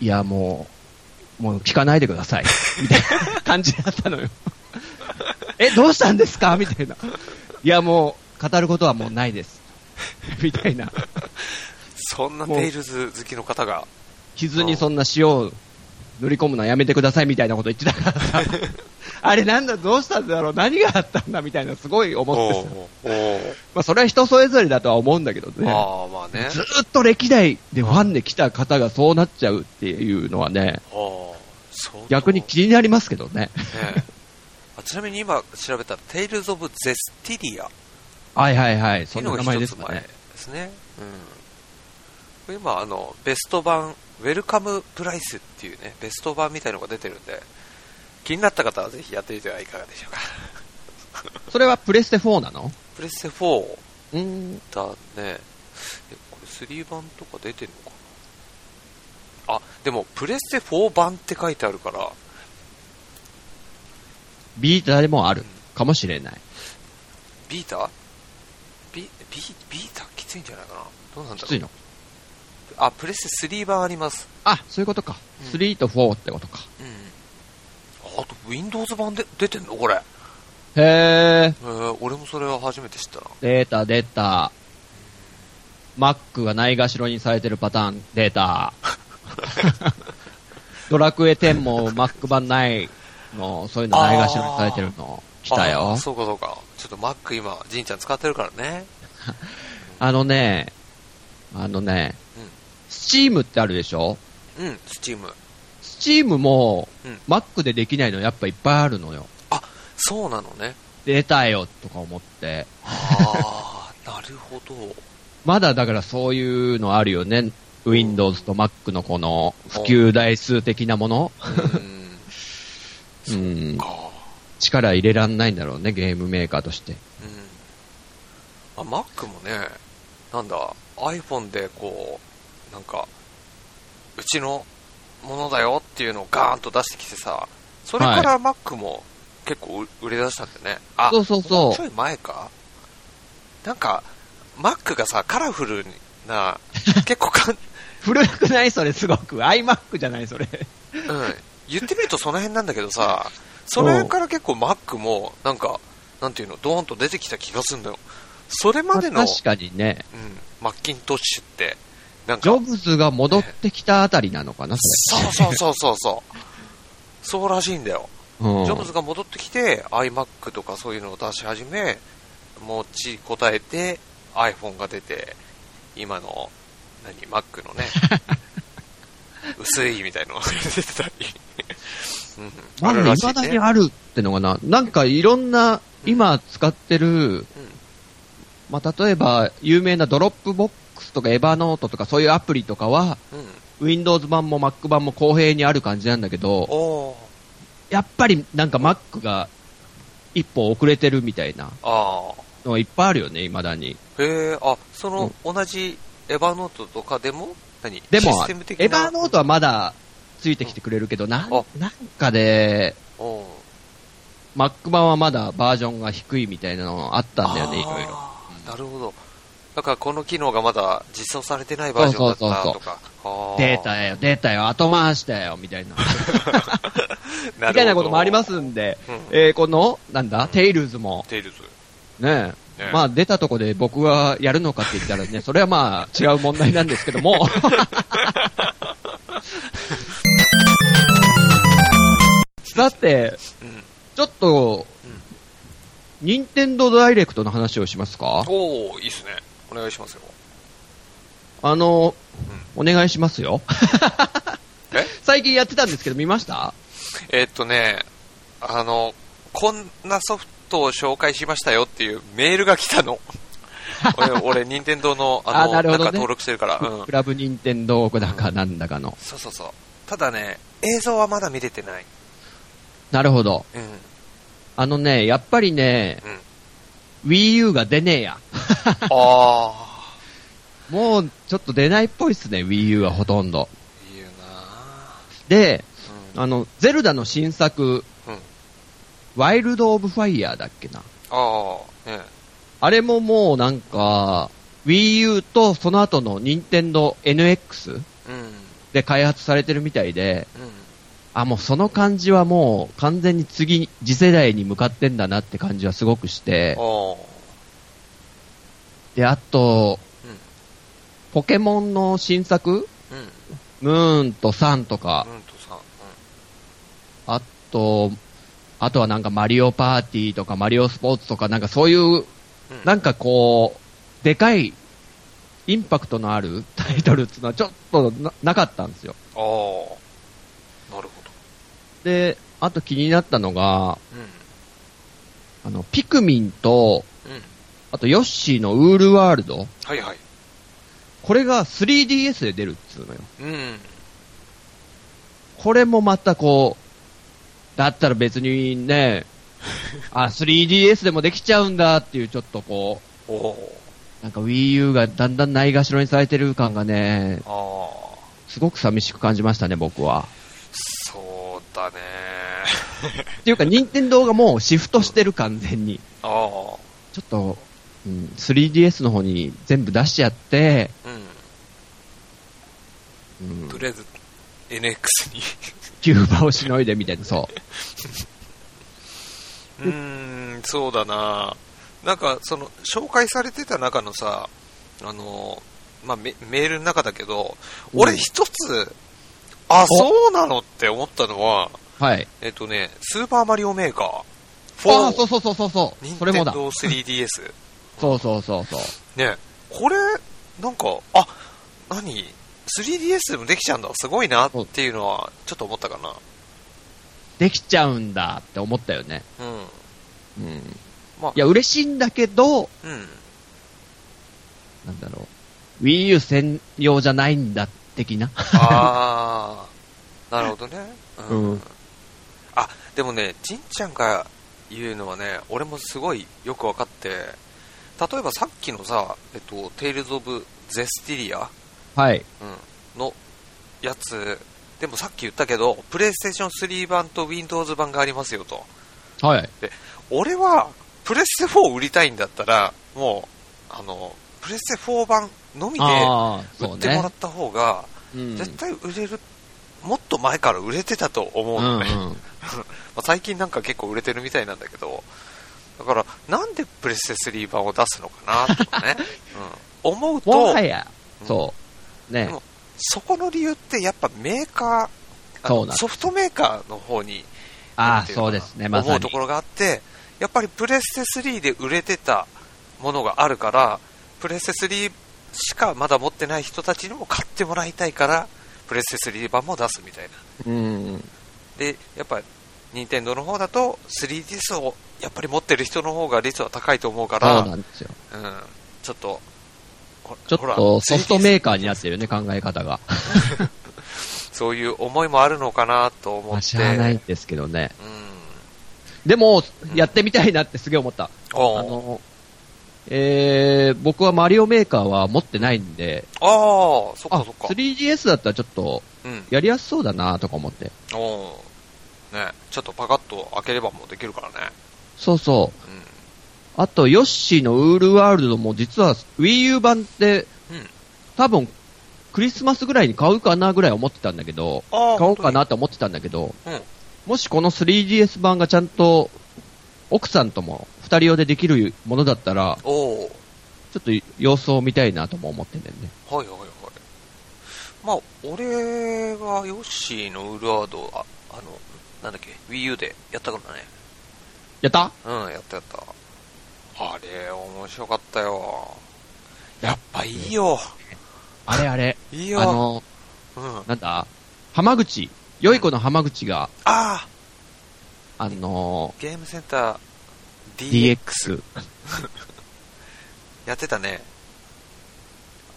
B: いや、もう、もう聞かないでください。みたいな感じだったのよ。え、どうしたんですかみたいな。いや、もう、語ることはもうないです。みたいな。
A: そんなテイルズ好きの方が、
B: 傷にそんな塩を塗り込むのはやめてくださいみたいなこと言ってたからさ。あれなんだ、どうしたんだろう何があったんだみたいな、すごい思ってさ。
A: おうおう
B: まあ、それは人それぞれだとは思うんだけど ね。
A: ああ、まあね。
B: ずーっと歴代でファンで来た方がそうなっちゃうっていうのはね、
A: ああ、そう。
B: 逆に気になりますけど ね。
A: ねあちなみに今調べたら、テイルズ・オブ・ゼスティリア
B: はいはいはい、
A: って
B: そ
A: いうんの
B: な
A: が
B: 名前で
A: 一
B: す
A: つ
B: か
A: 前
B: ね
A: で。すね。うん、今あの、ベスト版、ウェルカムプライスっていうね、ベスト版みたいのが出てるんで、気になった方はぜひやってみてはいかがでしょうか。
B: それはプレステ4なの
A: プレステ4
B: うーん。
A: だね。え、これ3版とか出てるのかなあ、でも、プレステ4版って書いてあるから、
B: ビーターでもあるかもしれない。
A: ビータビ、ビ、ビータきついんじゃないかなどうなんだろう
B: きついの。
A: あ、プレステ3版あります。
B: あ、そういうことか。
A: うん
B: 3と4ってことか。
A: うん。あと、Windows 版で出てんのこれ。
B: へえ、
A: えー俺もそれは初めて知ったな。
B: 出た出た。Mac がないがしろにされてるパターン、出 た。ドラクエ10も Mac 版ないの、そういうのないがしろにされてるの、来たよ
A: あ。そうかそうか。ちょっと Mac 今、じんちゃん使ってるからね。
B: あのね、あのね
A: うん、
B: Steam ってあるでしょ
A: うん、Steam。
B: ?Steam も
A: うん
B: Mac でできないのやっぱいっぱいあるのよ。
A: そうなの ね。
B: 出たよとか思って。
A: ああ、なるほど。
B: まだだからそういうのあるよね。Windows と Mac のこの普及台数的なもの。
A: うん。
B: うん。
A: か。
B: 力入れらんないんだろうね、ゲームメーカーとして。
A: うん。あ、Mac もね、なんだ、iPhone でこう、なんか、うちのものだよっていうのをガーンと出してきてさ、それから Mac も結構う売れ出したんだよね。あ、
B: そうそうそう
A: ちょい前かなんか、Mac がさ、カラフル な、結構かん、
B: 古くないそれすごく。iMac じゃないそれ。
A: うん、言ってみるとその辺なんだけどさ、その辺から結構 Mac も、なんか、なんていうの、ドーンと出てきた気がするんだよ。それまでの、うん、
B: 確かにね。
A: マッキントッシュって、なん
B: ジ
A: か
B: ョ、ブズが戻ってきたあたりなのかな、そ
A: そうそうそうそうそう、そうらしいんだよ。
B: れ。うん
A: ジョブズが戻ってきて、iMac とかそういうのを出し始め、持ちこたえて、iPhone が出て、今の、何、Mac の ね、薄いみたいのが 出てたり。うん、
B: ま
A: あ
B: だ
A: るらしい
B: 未だに
A: ね。
B: あるってのがな、なんかいろんな、今使ってる、まあ、例えば有名なドロップボックスとかエバーノートとかそういうアプリとかは、
A: うん、うん。
B: Windows 版も Mac 版も公平にある感じなんだけど、
A: おー
B: やっぱりなんか Mac が一歩遅れてるみたいな
A: あ
B: のがいっぱいあるよね、未だに。
A: あ。へえ、あ、その、同じエヴァノートとかでも、何
B: で
A: シ
B: も
A: ステム、的な
B: エバーノートはまだついてきてくれるけど、なん
A: あ
B: なんかで、
A: おー
B: Mac 版はまだバージョンが低いみたいなのあったんだよね、いろいろ。
A: あーなるほど。だからこの機能がまだ実装されてないバージョンだった
B: そうそう
A: と
B: そう
A: か。あ
B: データよ、データよ、後回しだよ、みたいな。みたいなこともありま。すんで、
A: うん
B: えー、この、なんだ、テイルズも、
A: テイルズ。
B: ね
A: ね
B: まあ出たとこで僕がやるのかって言ったらね、それはまあ違う問題なんですけ ども。 だって、
A: うん。
B: ちょっと、任天堂ダイレクトの話をしますか
A: おおいいっすね。お願いしますよ。
B: あの、お願いしますよ。
A: え
B: 最近やってたんですけど、見ました
A: えーっとね、あの、こんなソフトを紹介しましたよっていうメールが来た の。俺、俺、任天堂の、あ
B: あ
A: の、
B: なるほどね
A: んか登録してるから。うん
B: ク。ラブ任天堂だかなんだかの。
A: そうそうそう。ただね、映像はまだ見れてない。
B: なるほど。
A: うん。 うん。
B: あのね、やっぱりね、Wii U が出ねえや。
A: ああ
B: もうちょっと出ないっぽいっすね、Wii U はほとんど。
A: ー。いいよな
B: で、
A: ー
B: あの、ゼルダの新作、
A: うん。うん。
B: ワイルド・オブ・ファイヤーだっけな。
A: ああ。ね
B: あれももうなんか、Wii U とその後の任天堂 NX
A: うん。うん。
B: で開発されてるみたいで、あ、もうその感じはもう完全に次、次世代に向かってんだなって感じはすごくして
A: あ、あ。
B: で、あと、
A: うん
B: ポケモンの新作
A: うん。うん
B: ムーンとサンとか、
A: とさ、
B: あと、あとはなんかマリオパーティーとかマリオスポーツとかなんかそういう、
A: うん。
B: なんかこう、でかい、インパクトのあるタイトルっていうのはちょっとななかったんですよ。
A: ああ。なるほど。
B: で、あと気になったのが、
A: う
B: あの、ピクミンと、
A: ん。うん。
B: あとヨッシーのウールワールド、
A: はいはい。
B: これが 3DS で出るっつうのよ。
A: うん。
B: これもまたこう、だったら別にね、あ、3DS でもできちゃうんだっていうちょっとこ
A: おお
B: う、なんか Wii U がだんだんないがしろにされてる感がね、
A: ー。ああ。
B: すごく寂しく感じましたね、僕は。
A: そうだね
B: っていうか、任天堂がもうシフトしてる完全に。
A: ああ。
B: ちょっと、うん、3DS の方に全部出しちゃって、
A: うん。
B: うん
A: と、りあえず、NX に。
B: キューバをしのいでみたいな、そ
A: う
B: う。
A: ーん、そうだななんか、その、紹介されてた中のさ、あの、まあ、メメールの中だけど、
B: うん
A: 俺一つ、あ、そうなのって思ったのは、
B: はい。
A: えっとね、スーパーマリオメーカー
B: ああ、
A: 4
B: そうそうそうそうそう。
A: 任
B: それ
A: 天
B: もだ。
A: 堂 3DS。
B: そうそうそうそう。
A: ね、これ、なんか、あ、何 ?3DS でもできちゃうんだ。すごいなっていうのは、ちょっと思ったか
B: できちゃうんだって思ったよね。
A: な。うん。
B: うん。
A: まあ
B: いや、嬉しいんだけど、
A: うん。
B: なんだろう。Wii U 専用じゃないんだ、的 な。
A: ああ、なるほどね。うん。
B: うん
A: あ、でもね、じんちゃんが言うのはね、俺もすごいよく分かって、例えばさっきのさ、えっと、テイルズ・オブ・ゼスティリア、
B: はい。
A: うん、のやつ、でもさっき言ったけど、プレイステーション3版と Windows 版がありますよと。
B: はい。
A: 俺は、プレステ4売りたいんだったら、もう、あの、プレステ4版のみで
B: ああ、そ
A: 売
B: う
A: ってもら
B: ね
A: っ。た方が、
B: うん
A: 絶対売れる、もっと前から売れてたと思うの ね、ま
B: うんうん
A: あ最近なんか結構売れてるみたいなんだけど、だから、なんでプレステ3版を出すのかなとか ね、うん、思う
B: も
A: と
B: は、や、
A: うん
B: そう。ね
A: でも。そこの理由ってやっぱメーカー、あの
B: そうなんです
A: ソフトメーカーの方に
B: あ
A: なん
B: あ、
A: ていか
B: そうですね、ま
A: 思
B: さ
A: うと
B: に
A: こ。ろがあって、やっぱりプレステ3で売れてたものがあるから、プレステ3しかまだ持ってない人たちにも買ってもらいたいから、プレステ3版も出すみたいな。
B: うん。
A: で、やっぱ、任天堂の方だと、3DS をやっぱり持ってる人の方が率は高いと思うか
B: そう
A: ら、
B: なんですよ。
A: うん、ちょっと、ほ
B: ちょっ
A: ほら
B: とソフトメ
A: 3DS
B: ーカーになってるね、考え方が。
A: そういう思いもあるのかなと思
B: まあ、
A: っ
B: 知
A: て。
B: らないんですけどね。
A: うん。
B: でも
A: う、ん
B: やってみたいなってすげえ思った。あ
A: おう
B: の、えー、僕はマリオメーカーは持ってないんで、
A: ああ、そっ
B: あ、
A: かそっか。
B: 3DS だったらちょっと
A: うん。
B: やりやすそうだなとか思って。
A: おうね、ちょっとパカッと開ければもうできるからね。
B: そうそう。
A: うん。
B: あと、ヨッシーのウールワールドも実は Wii U 版って、
A: うん
B: 多分、クリスマスぐらいに買うかなぐらい思ってたんだけど、
A: ああ、
B: 買おうか
A: 本
B: なって思ってたんだけど、
A: 当に。うん。
B: もしこの 3DS 版がちゃんと、奥さんとも二人用でできるものだったら、
A: おう
B: ちょっと様子を見たいなとも思ってんだよね。
A: はいはいはい。まあ、俺がヨッシーのウルワード、あ、あの、なんだっけ、Wii U でやったからね。
B: やった
A: うん、やったやった。あれ、面白かったよ。やっぱいいよ。
B: あれあれ、
A: いい
B: あ
A: よ。
B: の、
A: うん。あ
B: なんだ浜口、良い子の浜口が、
A: あ
B: あの
A: ー、ゲームセンター DX,
B: ー、DX
A: やってたね。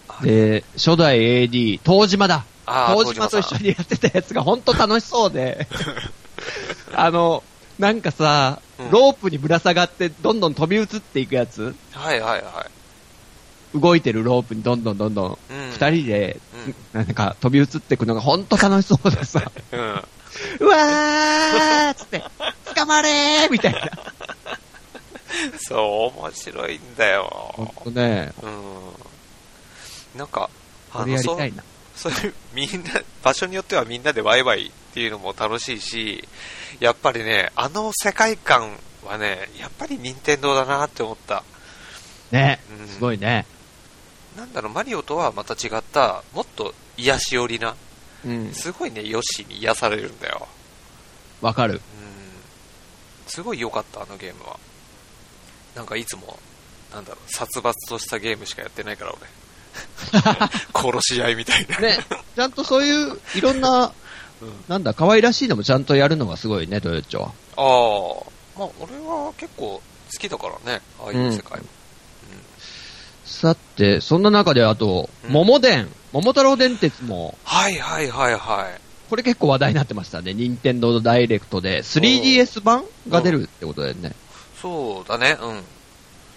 A: あれ
B: で、初代 AD、東島だ
A: あ
B: 東島と一緒
A: に。
B: にやってたやつが本当楽しそ うで、あの、なんかさ
A: うん、
B: ロープにぶら下がってどんどん飛び移っていくやつ
A: はいはいは
B: 動いてるロープにどんどんどんどん、
A: い。うん。
B: 二人で、
A: うん
B: なんか飛び移っていくのが本当楽しそうでさ、
A: うん。
B: うわーっつって、捕まれーみたいな。
A: そう、面白いんだよ。
B: ほんとね、
A: うん。なんか、
B: これやり
A: そう
B: たいな。
A: そういう、みんな、場所によってはみんなでワイワイっていうのも楽しいし、やっぱりね、あの世界観はね、やっぱり任天堂だなって思った。
B: ね、
A: うん
B: すごいね。
A: なんだろう、マリオとはまた違った、もっと癒し寄りな、
B: うん
A: すごいね、ヨッシーに癒されるんだよ。
B: わかる。
A: うん。すごい良かった、あのゲームは。なんかいつも、なんだろう、殺伐としたゲームしかやってないから俺。殺し合いみたいな。
B: ね、ちゃんとそういう、いろんな、
A: うん
B: なんだ、可愛らしいのもちゃんとやるのがすごいね、トヨッチョは。
A: ああ、まあ俺は結構好きだからね、ああいう世界も。
B: さて、そんな中であと、
A: うん
B: 桃伝、桃太郎電鉄も、
A: はいはいはいはい。
B: これ結構話題になってましたね。任天堂のダイレクトで、3DS 版が出るってことだよね。
A: そうだね、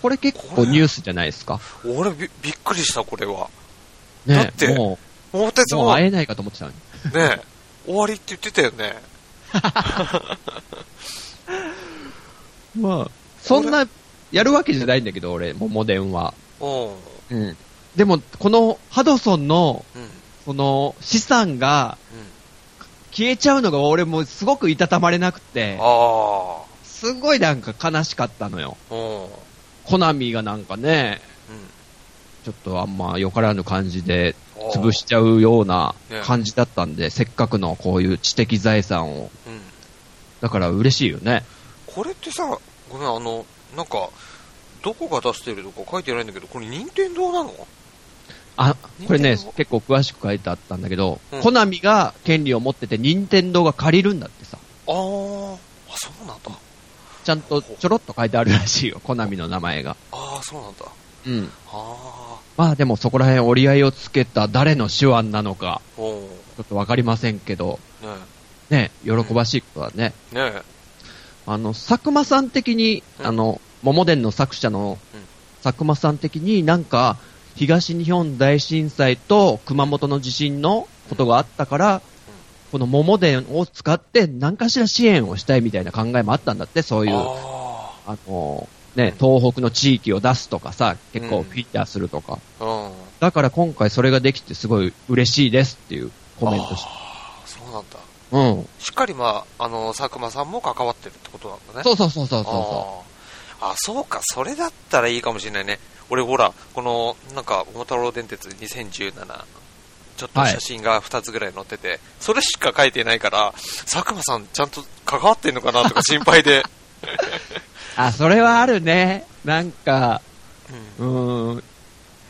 B: これ結構ニュースじゃないですか。
A: うん。俺びびっくりした、これは。
B: ね、
A: だって
B: も
A: 桃鉄
B: う、もう
A: も
B: 会
A: ね、
B: えないかと思ってたのに。
A: 終わりって言ってたよね。
B: まあ、そんな、やるわけじゃないんだけど、俺、桃伝は。
A: うん。
B: うん。でも、この、ハドソンの、
A: うん。
B: その、資産が、消えちゃうのが俺もうすごくいたたまれなくて
A: あ、あ。
B: すごいなんか悲しかったのよ。
A: おう
B: コナミがなんかね、
A: うん
B: ちょっとあんまよからぬ感じで
A: おう
B: 潰しちゃうような
A: ね
B: 感じだったんで、せっかくのこういう知的財産を。
A: うん、
B: だから嬉しいよね。
A: これってさ、ごめん、あの、なんか、どこが出してるとか書いてないんだけど、これ、任天堂なの
B: あ、これね
A: 任天堂、
B: 結構詳しく書いてあったんだけど、
A: うん
B: コナミが権利を持ってて、任天堂が借りるんだってさ。
A: ああ、あ、そうなんだ。
B: ちゃんとちょろっと書いてあるらしいよ、コナミの名前が。
A: ああ、そうなんだ。
B: うん。
A: あ
B: まあでもそこら辺折り合いをつけた誰の手腕なのか、
A: あ、おう
B: ちょっとわかりませんけど、
A: ね
B: ね、喜ばしいことはね。
A: え、ねえ、
B: あの、佐久間さん的に、
A: うん
B: あの、桃伝の作者の
A: うん
B: 佐久間さん的になんか、東日本大震災と熊本の地震のことがあったから、この桃伝を使って何かしら支援をしたいみたいな考えもあったんだって、そういう、あ
A: あ
B: の、ね、東北の地域を出すとかさ、結
A: う
B: 構
A: ん
B: フィッターするとか。
A: あ、うん。
B: だから今回それができてすごい嬉しいですっていうコメントして。
A: あーそうなんだ。
B: うん。
A: しっかり、まあ、あの、佐久間さんも関わってるってことなんだね。
B: そうそうそうそうそうそ
A: あーあ、そうか、それだったらいいかもしれないね。俺、ほら、この、なんか、桃太郎電鉄2017、ちょっと写真が2つぐらい載ってて、それしか書いてないから、佐久間さん、ちゃんと関わってんのかなとか心配 で。
B: う。あ、それはあるね。なんか、うーん、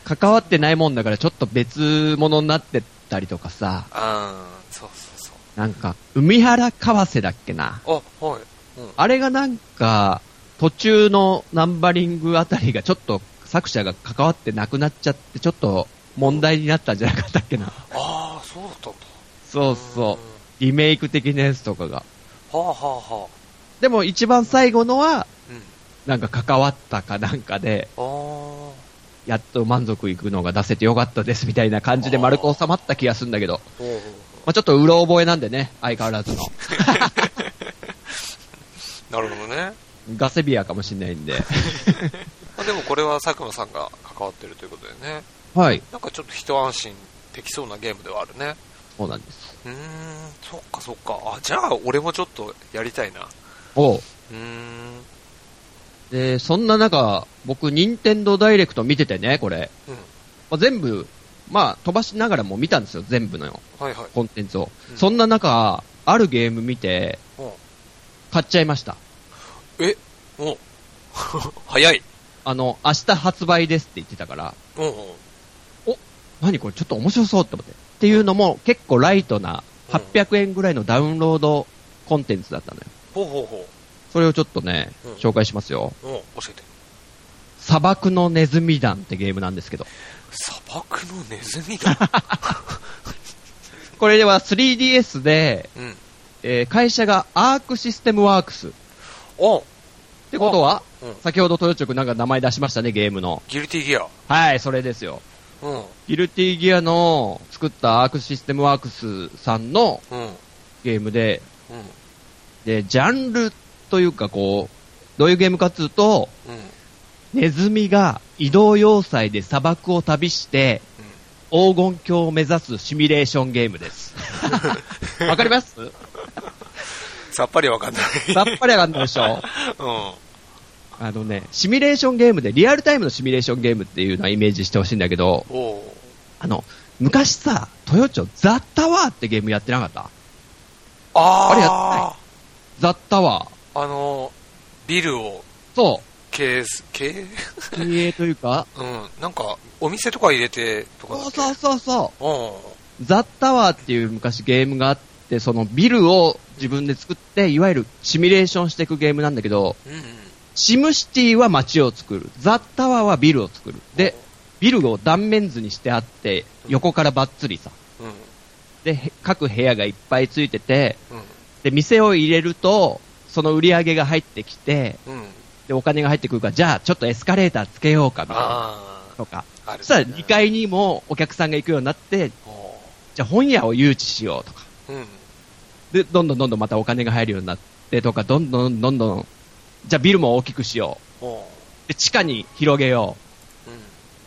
B: 関わってないもんだからちょっと別物になってったりとかさ、
A: あーそうそう
B: なんか、海原川瀬だっけな。
A: そう。あ、はい。うん。
B: あれがなんか、途中のナンバリングあたりがちょっと作者が関わってなくなっちゃって、ちょっと問題になったんじゃなかったっけな。
A: ああ、そうだったんだ。
B: そうそう。リメイク的なやつとかが。
A: うん。はあはあはあ。
B: でも一番最後のは、
A: うん。
B: なんか関わったかなんかで、
A: あー
B: やっと満足いくのが出せてよかったですみたいな感じで丸く収まった気がするんだけど。
A: ほうほうほ
B: まあ、ちょっとうろ覚えなんでね、相変わらずの。
A: うなるほどね。
B: ガセビアかもしれないんで。
A: まあ、でもこれは佐久間さんが関わってるということでね。
B: はい。
A: なんかちょっと一安心できそうなゲームではあるね。
B: そうなんです。
A: うーん、そっかそっか。あ、じゃあ俺もちょっとやりたいな。う
B: おう
A: ーん、
B: で、そんな中、僕、任天堂ダイレクト見ててね、これ。
A: うん
B: まあ、全部、まあ、飛ばしながらも見たんですよ、全部の
A: はいはい。
B: コンテンツを。
A: うん
B: そんな中、あるゲーム見て、
A: うん
B: 買っちゃいました。
A: おう 早い。
B: あの、明日発売ですって言ってたから、
A: おうおう
B: 何これちょっと面白そうって思って。っていうのも、結構ライトな、
A: うん
B: 800円ぐらいのダウンロードコンテンツだったのよ。
A: ほうほうほ
B: それをちょっとね
A: うん、
B: 紹介しますよ。
A: う。おう教えて。
B: 砂漠のネズミ団ってゲームなんですけど。
A: 砂漠のネズミ だ。
B: これでは 3DS で、
A: うん。
B: えー会社がアークシステムワークス。っ
A: おう
B: てことは、
A: うん。
B: 先ほど豊直なんか名前出しましたね、ゲームの。
A: ギルティギア。
B: はい、それですよ。
A: うん。
B: ギルティギアの作ったアークシステムワークスさんの
A: うん。
B: ゲームで、
A: うん。
B: で、ジャンルというかこう、どういうゲームかっていうと、
A: うん。
B: ネズミが移動要塞で砂漠を旅して、黄金鏡を目指すシミュレーションゲー ムです。わかります
A: さっぱりわかんない。
B: さっぱりわかんないでしょ。
A: う
B: あのね、シミュレーションゲームで、リアルタイムのシミュレーションゲームっていうのはイメージしてほしいんだけど、
A: ん。おう。
B: あの、昔さ、トヨチョザ・タワーってゲームやってなかった
A: あー
B: あれやっザ・タワー。
A: あの、ビルを
B: そ
A: 経営す、経営
B: う。経営というか、
A: うん。なんか、お店とか入れてとかだ
B: そ
A: っ
B: う
A: け
B: そうそうそ
A: うん。
B: う。ザ・タワーっていう昔ゲームがあって、そのビルを自分で作って、いわゆるシミュレーションしていくゲームなんだけど、
A: うんうん。
B: シムシティは街を作る。ザ・タワーはビルを作る。で、ビルを断面図にしてあって、横からバッツリさ。
A: うん、
B: で、へ各部屋がいっぱいついてて、
A: う
B: で、店を入れると、その売り上げが入ってきて、
A: ん、うん。
B: で、お金が入ってくるから、じゃあちょっとエスカレーターつけようか、みたいな。
A: あ
B: とか。
A: あ、ある
B: そしたら2。階にもお客さんが行くようになって、
A: お
B: じゃあ本屋を誘致しようとか。
A: ーうん。
B: で、どんどんどんどんまたお金が入るようになってとか、どんどんどんどん、じゃあビルも大きくしよ
A: おー
B: う。で、地下に広げよう。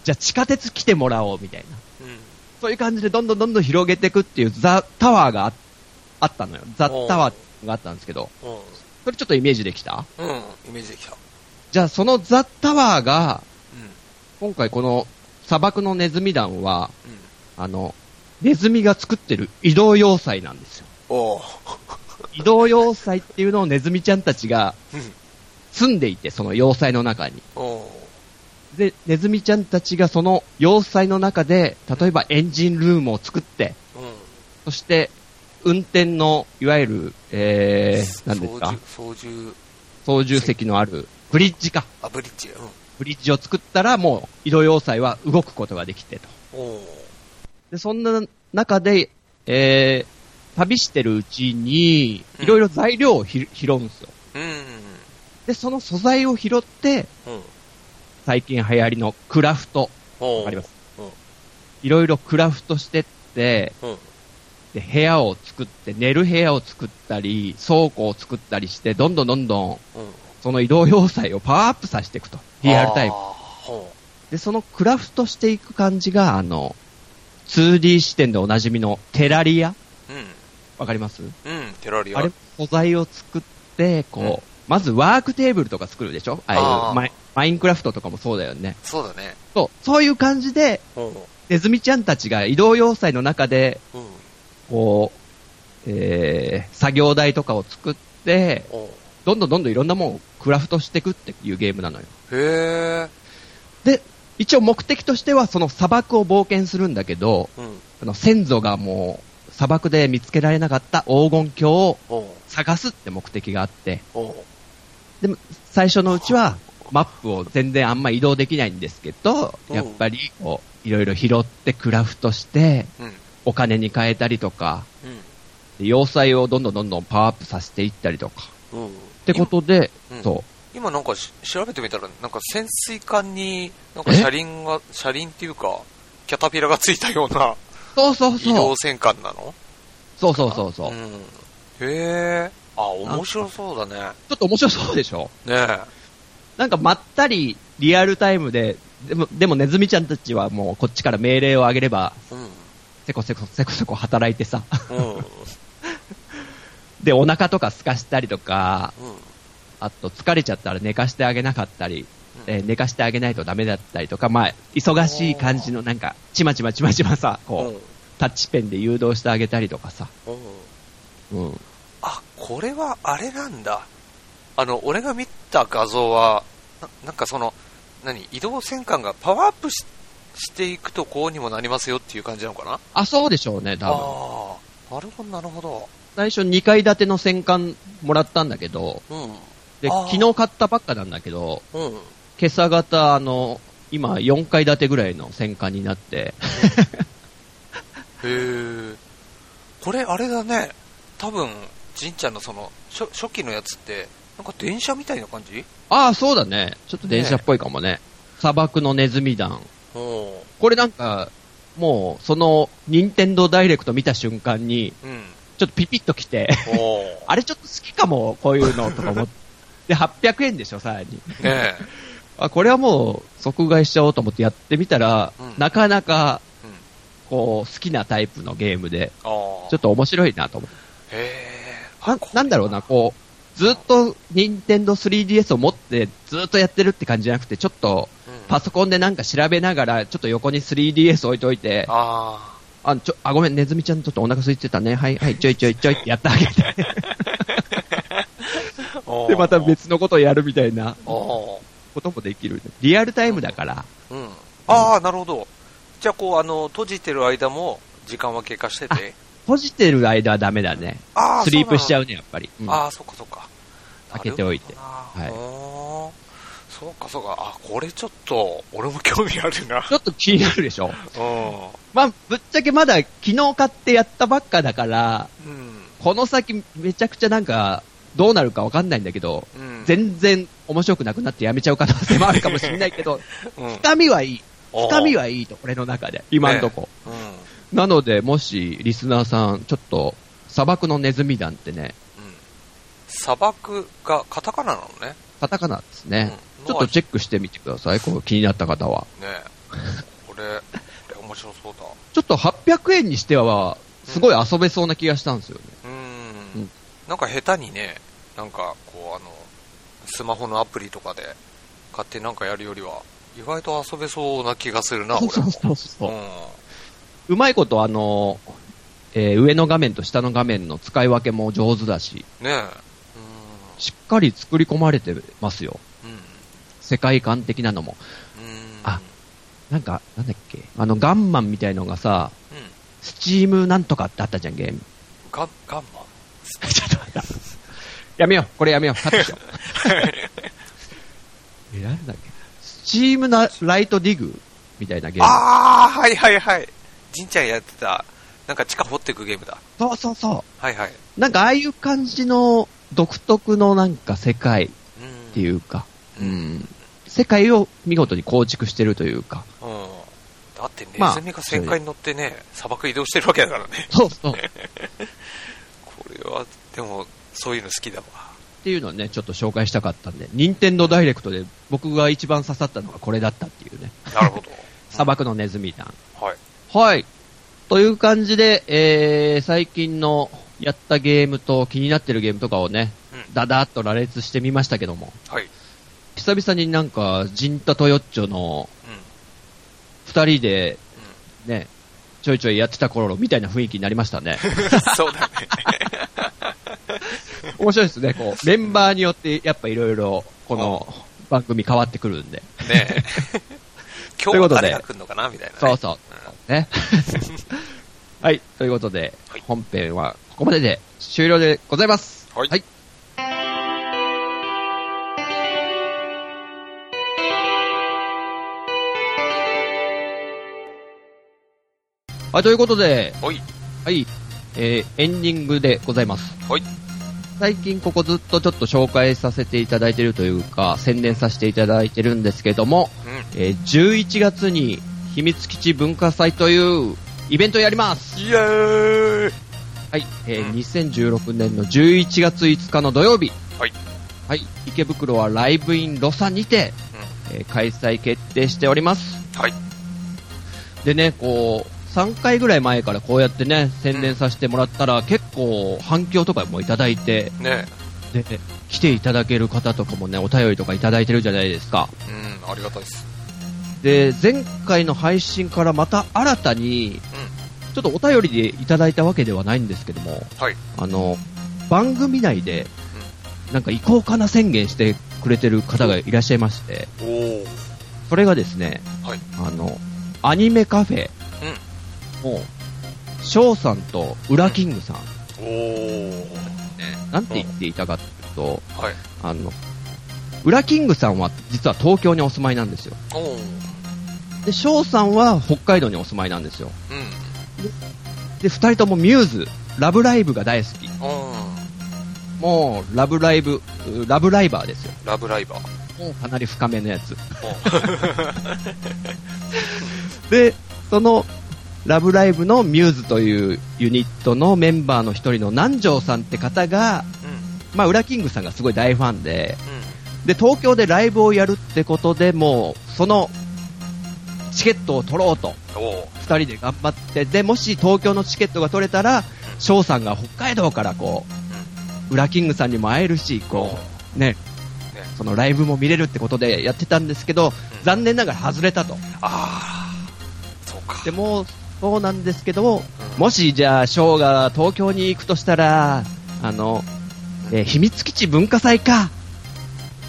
B: じゃあ地下鉄来てもらおう、みたいな。
A: うん。うん。
B: そういう感じでどんどんどんどん広げていくっていうザ・タワーがああったのよ。ザ・タワーがあったんですけど。
A: おー
B: それちょっとイメージできた
A: うん、イメージできた。うん。
B: じゃあそのザ・タワーが、今回この砂漠のネズミ団は、
A: うん。
B: あの、ネズミが作ってる移動要塞なんですよ。
A: おう。
B: 移動要塞っていうのをネズミちゃんたちが
A: うん。
B: 住んでいて、その要塞の中に。
A: おう。
B: で、ネズミちゃんたちがその要塞の中で、例えばエンジンルームを作って、
A: うん。
B: そして、運転の、いわゆる、えー、なんですか
A: 操縦、操縦、
B: 操縦席のあるブリッジか。
A: あ、ブリッジ。うん。
B: ブリッジを作ったら、もう、移動要塞は動くことができてと。
A: おう。
B: で、そんな中で、えー、旅してるうちに、
A: うん
B: いろいろ材料をひ拾うんですよ。
A: うん。
B: で、その素材を拾って、
A: うん。
B: 最近流行りのクラフト、
A: おう。
B: わかります
A: うん。
B: いろいろクラフトしてって、
A: うん。
B: で、部屋を作って、寝る部屋を作ったり、倉庫を作ったりして、どんどんどんどん、
A: うん。
B: その移動要塞をパワーアップさせていくと。リアルタイム
A: あ。ーほ
B: で、そのクラフトしていく感じが、あの、2D 視点でおなじみのテラリア
A: う。
B: わかります
A: うん。うん。テラリア。
B: あれ、素材を作って、こう、
A: うん
B: まずワークテーブルとか作るでしょ
A: あ
B: ああい
A: ー
B: うマイ、マインクラフトとかもそうだよね。
A: そうだね。
B: そう、そういう感じで、
A: おう。
B: ネズミちゃんたちが移動要塞の中で、
A: うん。
B: こう、えー、作業台とかを作って、
A: おう。
B: どんどんどんどんいろんなもんをクラフトしていくっていうゲームなのよ。
A: へえ。
B: で、一応目的としてはその砂漠を冒険するんだけど、
A: うん。
B: あの先祖がもう砂漠で見つけられなかった黄金鏡を
A: おう。
B: 探すって目的があって、
A: おう。
B: でも最初のうちはマップを全然あんま移動できないんですけど、
A: うん
B: やっぱりこういろいろ拾ってクラフトして、
A: うん。
B: お金に変えたりとか、
A: うん。
B: で要塞をどんどんどんどんパワーアップさせていったりとか。
A: うん。
B: ってことで、
A: うん
B: そ
A: 今なんかし調べてみたら、なんか潜水艦に、なんか車輪が、車輪っていうか、キャタピラがついたような
B: う。そうそう
A: 移
B: そう
A: 動。戦艦なの
B: そうそうそうそうう。ち
A: ん。へえ。あ、面白そうだね。
B: ょっと面白そうでしょ
A: ね
B: なんかまったりリアルタイムで、でも、でもネズミちゃんたちはもうこっちから命令をあげれば、
A: え。うん。
B: せこせこせこせこ働いてさ。
A: うん。うん。
B: で、お腹とか空かしたりとか、あと疲れちゃったら寝かしてあげなかったり、えー寝かしてあげないとダメだったりとか、まあ、忙しい感じのなんか、ちまちまちまちまさ、
A: うん
B: こう、タッチペンで誘導してあげたりとかさ。
A: うん。
B: うん。
A: あ、これはあれなんだ。あの、俺が見た画像は、ななんかその、何移動戦艦がパワーアップししていくとこうにもなりますよっていう感じなのかな
B: あ、そうでしょうね、多分。
A: ああ、なるほど、なるほど。
B: 最初2階建ての戦艦もらったんだけど、
A: うん。
B: で、
A: あー
B: 昨日買ったばっかなんだけど、
A: うん。
B: 今朝方、あの、今4階建てぐらいの戦艦になって、
A: へえ。これあれだね。多分、じんちゃんのその、初初期のやつって、なんか電車みたいな感じ
B: ああ、そうだね。ちょっと電車っぽいかもね。砂漠のネズミ団。
A: うん。
B: これなんか、もう、その、任天堂ダイレクト見た瞬間に、
A: うん。
B: ちょっとピピッと来て、
A: お
B: あれちょっと好きかも、こういうの、とか思って。 で、800円でしょ、さらに。
A: ーねえ。
B: あ、これはもう、即買いしちゃおうと思ってやってみたら、
A: うん
B: なかなか、
A: うん。
B: こう、好きなタイプのゲームで、
A: ああ。
B: ちょっと面白いなと思って。
A: へえ。
B: ななんだろうな、こう、ずっと任天堂 3DS を持ってずっとやってるって感じじゃなくて、ちょっと
A: うん
B: パソコンでなんか調べながら、ちょっと横に 3DS 置いといて、
A: あ
B: あ、ちょ、あ、ごめん、ネズミちゃんちょっとお腹空いてたね。はい、はい、ちょいちょいちょいってやってあげて、
A: あ。おー
B: で、また。別のことをやるみたいな
A: おー
B: こともできる。リアルタイムだから、
A: うん。ああ、なるほど。じゃあ、こう、あの、閉じてる間も、時間は経過してて。
B: 閉じてる間はダメだね。
A: ああ、
B: スリープしちゃ
A: う。
B: うね、やっぱり。うん
A: ああ、そっかそっか。
B: 開けておいて
A: はいい。そうかそうか。あ、これちょっと、俺も興味あるな。
B: ちょっと気になるでしょ。
A: うん。
B: まあ、ぶっちゃけまだ昨日買ってやったばっかだから、
A: うん。
B: この先めちゃくちゃなんか、どうなるかわかんないんだけど、
A: うん。
B: 全然面白くなくなってやめちゃう可能性もあるかもしれないけど、
A: うん
B: つかみはいい。つかみ
A: は。
B: はいいと、俺の中で。今んとこ。
A: うん。
B: なので、もし、リスナーさん、ちょっと、砂漠のネズミ団ってね、
A: うん砂漠がカタカナなのね。
B: カタカナですね。
A: うん
B: ちょっとチェックしてみてください。こう気になった方は。
A: ねえこれ、これ面白そうだ。
B: ちょっと800円にしては、すごい遊べそうな気がしたんですよね。
A: う
B: うんん。
A: なんか下手にね、なんかこうあのスマホのアプリとかで買ってなんかやるよりは意外と遊べそうな気がする な、
B: そ
A: 俺
B: うそう
A: も。
B: そうそうう。
A: ん。
B: うまいこと、あの、えー上の画面と下の画面の使い分けも上手だし、
A: ねえ。
B: しっかり作り込まれてますよ。
A: うん。うん。
B: 世界観的なのも。
A: うん。
B: あなんか、なんだっけ、あの、ガンマンみたいのがさ、
A: うん。
B: スチームなんとかってあったじゃん、ゲーム。
A: ガン、ガンマン
B: ちょっと待った。やめよう、これやめよう、カットしよ う。え、なんだっけ、スチームなライトディグみたいなゲーム。
A: ああ、はいはいはい。じんちゃんやってた、なんか地下掘っていくゲームだ。
B: そうそうそ
A: はいはい。
B: う。なんか、ああいう感じの独特のなんか世界っ
A: うん。
B: ていうか、
A: う
B: うんん。世界を見事に構築してるというか、
A: うん。だってネ
B: まあ
A: ズミが旋回に乗ってね、砂漠移動してるわけだからね。
B: そうそう。っ
A: これは、でも、そういうの好きだわ。
B: ていうのをね、ちょっと紹介したかったんで、任天堂ダイレクトで僕が一番刺さったのがこれだったっていうね。
A: なるほど。
B: 砂漠のネズミ団。
A: はい。
B: はい。という感じで、えー、最近のやったゲームと気になってるゲームとかをね、
A: うん
B: だだっと羅列してみましたけども、
A: はい。
B: 久々になんか、ジンタとヨッチョの二人で
A: う
B: ね、ちょいちょいやってた頃みたいな雰囲気になりましたね。
A: ん。うん。そうだね。
B: 面白いですね、こう、メンバーによってやっぱいろいろ、この番組変わってくるんで。
A: ねえ。 今
B: と
A: 日
B: いう
A: は誰が
B: ことで
A: 来るのかなみたいな、ね。
B: そうそう。ね。 はい。ということで、
A: はい
B: 本編はここまでで終了でございます。
A: はい
B: はい。はいということで、
A: ほい。
B: はい。えー、エンディングでございます。
A: はい。
B: 最近ここずっとちょっと紹介させていただいてるというか、宣伝させていただいてるんですけども、
A: う
B: えー11月に秘密基地文化祭というイベントをやります。
A: ん。イエーイ
B: はい、えー
A: うん
B: 2016年の11月5日の土曜日。
A: はい。
B: はい、池袋はライブインロサにて、えー開催決定しております。
A: はい。
B: でね、こう、3回ぐらい前からこうやってね、宣伝させてもらったら、結構反響とかもいただいて、
A: ね
B: で、来ていただける方とかもね、お便りとかいただいてるじゃないですか。
A: え。うん、ありがたいです。
B: で、前回の配信からまた新たに、ちょっとお便りでいただいたわけではないんですけども、
A: はい
B: あの、番組内で、なんか移行かな宣言してくれてる方がいらっしゃいまして、
A: おお。
B: それがですね、
A: はい
B: あの、アニメカフェを、翔さんとウラキングさん、
A: おお。
B: なんて言っていたかというと、
A: はい。
B: あの、ウラキングさんは実は東京にお住まいなんですよ。
A: おお。うん。
B: で、翔さんは北海道にお住まいなんですよ。で、二人ともミューズ、ラブライブが大好き。
A: うん。
B: もう、ラブライブ、うラブライバーですよ。
A: ラブライバー。
B: もうかなり深めのやつ。
A: うん
B: で、その、ラブライブのミューズというユニットのメンバーの一人の南條さんって方が、まあ、ウラキングさんがすごい大ファンで、
A: うん。うん。
B: で、東京でライブをやるってことでもう、その、チケットを取ろうと、
A: おお。
B: 二人で頑張って、で、もし東京のチケットが取れたら、翔さんが北海道からこう、ウラキングさんにも会えるし、こう、ね、そのライブも見れるってことでやってたんですけど、残念ながら外れたと。
A: ああ。そうか。
B: でも、そうなんですけども、
A: うん
B: もしじゃあ、ショーが東京に行くとしたら、あの、えー秘密基地文化祭か、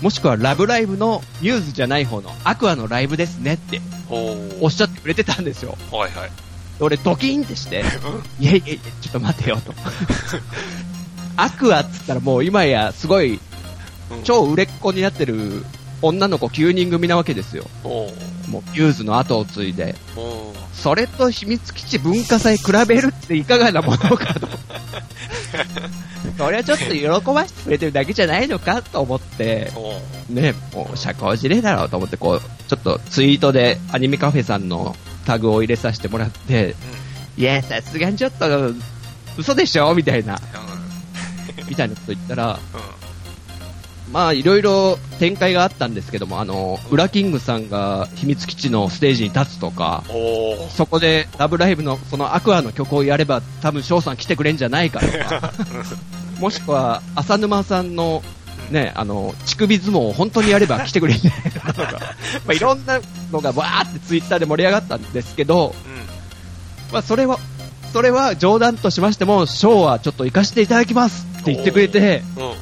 B: もしくはラブライブのミューズじゃない方のアクアのライブですねって
A: お
B: おっしゃってくれてたんですよ。
A: お。はいはい。
B: で俺ドキンってして、いやいやいや、ちょっと待てよと。アクアっつったらもう今やすごい
A: うん
B: 超売れっ子になってる女の子9人組なわけですよ。
A: おお。
B: もうミューズの後を継いで。
A: おお。
B: それと秘密基地文化祭比べるっていかがなものかと。 そりゃちょっと喜ばしてくれてるだけじゃないのかと思って、
A: おお。
B: ね、もう社交辞令だろうと思って、こう、ちょっとツイートでアニメカフェさんのタグを入れさせてもらって、いや、さすがにちょっと、嘘でしょみたいな、みたいなこと言ったら、まあ、いろいろ展開があったんですけども、あの、ウラキングさんが秘密基地のステージに立つとか、
A: うん。おお。
B: そこで、ラブライブの、そのアクアの曲をやれば、多分、翔さん来てくれんじゃないかとか、もしくは浅沼さんの、ね、あの乳首相撲を本当にやれば来てくれるんじゃないかとか、まあ、いろんなのがわーってツイッターで盛り上がったんですけど、まあ、それはそれは冗談としましても、ショーはちょっと行かせていただきますって言ってくれて、
A: うん、うん、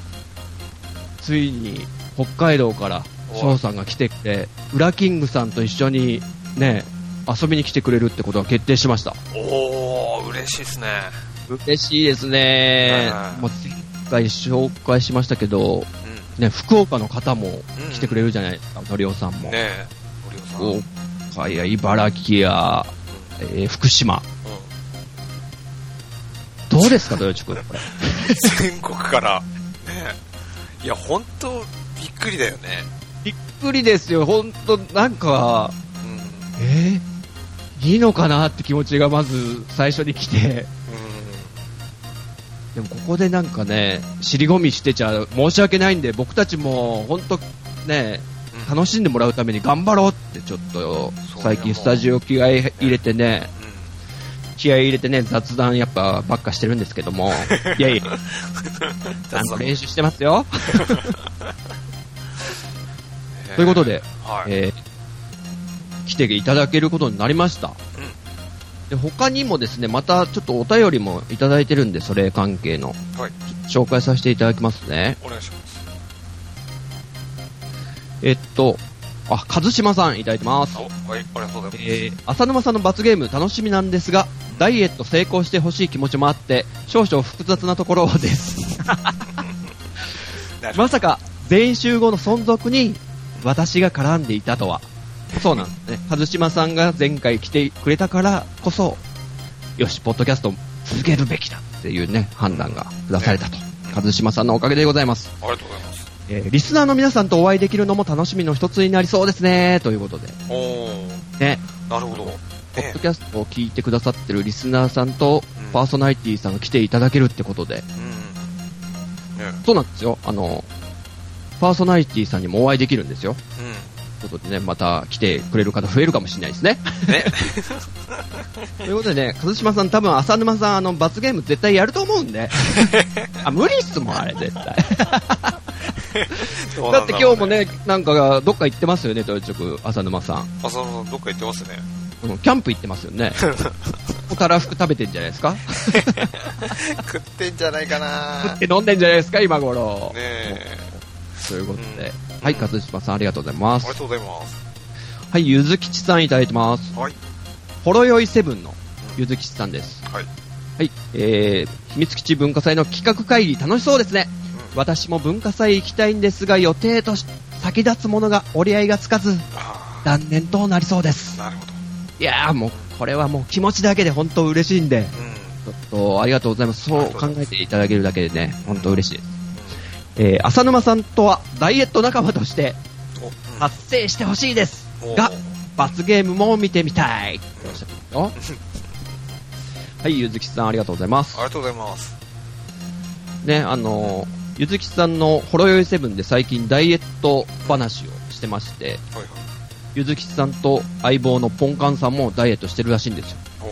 B: ついに北海道からショーさんが来てきて、ウラキングさんと一緒にね、遊びに来てくれるってことが決定しました。
A: おー、嬉しいですね。
B: 嬉しいですね
A: う。ん
B: もう前回紹介しましたけど、
A: う
B: ね、福岡の方も
A: うん
B: 来てくれるじゃないですか、のりおさん
A: ん、
B: も。
A: ねえ、森尾さん。うん、
B: 福岡や茨城や、えー福島。ど うですか、豊地君。これ
A: 全国から、ねえ、いや、本当びっくりだよね。
B: びっくりですよ、本当なんか、
A: うん、
B: えー、いいのかなって気持ちがまず最初に来て、でもここでなんかね、尻込みしてちゃ申し訳ないんで、僕たちも本当ね、
A: うん、うん、
B: 楽しんでもらうために頑張ろうってちょっと
A: そう
B: 最近スタジオ気合い入れてね、
A: うん
B: 気合い入れてね、雑談やっぱばっかしてるんですけ ども、いやいや、あの練習してますよ。ということで、
A: はい。
B: えー来ていただけることになりました。で他にもですね、またちょっとお便りもいただいてるんで、それ関係の。
A: はい
B: 紹介させていただきますね。
A: お願いします。
B: えっと、あ、和島さんいただいてます。
A: おはい、ありがとうございます。
B: えー、浅沼さんの罰ゲーム楽しみなんですが、ダイエット成功してほしい気持ちもあって、少々複雑なところです。
A: なるほ
B: まさか、全員集合の存続に、私が絡んでいたとは。そうなんですね。和島さんが前回来てくれたからこそ、よし、ポッドキャスト続けるべきだっていうね、判断が下されたと。和島さんのおかげでございます。
A: どありがとうございます。
B: えーリスナーの皆さんとお会いできるのも楽しみの一つになりそうですね、ということで。
A: おー、
B: ね、
A: なるほど。
B: ポッ
A: ね
B: ド、キャストを聞いてくださってるリスナーさんと、パーソナリティさんが来ていただけるってことで。
A: うん。ね、
B: そうなんですよ。あの、パーソナリティさんにもお会いできるんですよ。
A: う
B: ということでね、また来てくれる方増えるかもしれないですね。
A: ん。ね、
B: ということでね、和島さん多分浅沼さん、あの、罰ゲーム絶対やると思うんで。あ、無理っすもん、あれ絶対。だって今日も。ね、なんか、どっか行ってますよね、豊直、浅沼さん。
A: 浅野さん、どっか行ってますね。
B: うんキャンプ行ってますよね。たらふく食べてんじゃないですか
A: 食ってんじゃないかな
B: 食って飲んでんじゃないですか今頃。
A: ねえ。
B: ということで。
A: うん
B: はい、勝島さんありがとうございま
A: ありが
B: す。
A: とうございます。
B: はい、ゆずきちさんいただいてます。
A: はい。
B: ほろよいセブンのゆずきちさんです。
A: はい。
B: はい、えー、秘密基地文化祭の企画会議楽しそうですね。
A: うん
B: 私も文化祭行きたいんですが、予定とし先立つものが折り合いがつかず、
A: あ
B: 断念となりそうです
A: あ、。なるほど。
B: いやーもう、これはもう気持ちだけで本当嬉しいんで、
A: うん。
B: ちょっとありがとうございます。
A: あ
B: そう
A: りがと
B: 考
A: うございま
B: え
A: す
B: ていただけるだけでね、本当嬉しいです。えー、浅沼さんとはダイエット仲間として
A: お、
B: 達成してほしいです
A: うん
B: が
A: おー、
B: 罰ゲームも見てみたい。っておっしゃってます よはい、ゆずきさんありがとうございます
A: あり。がとうございます。
B: ね、あのー、ゆずきさんのほろよいセブンで最近ダイエット話をしてまして、
A: はいはい。
B: ゆずきさんと相棒のポンカンさんもダイエットしてるらしいんですよ。
A: お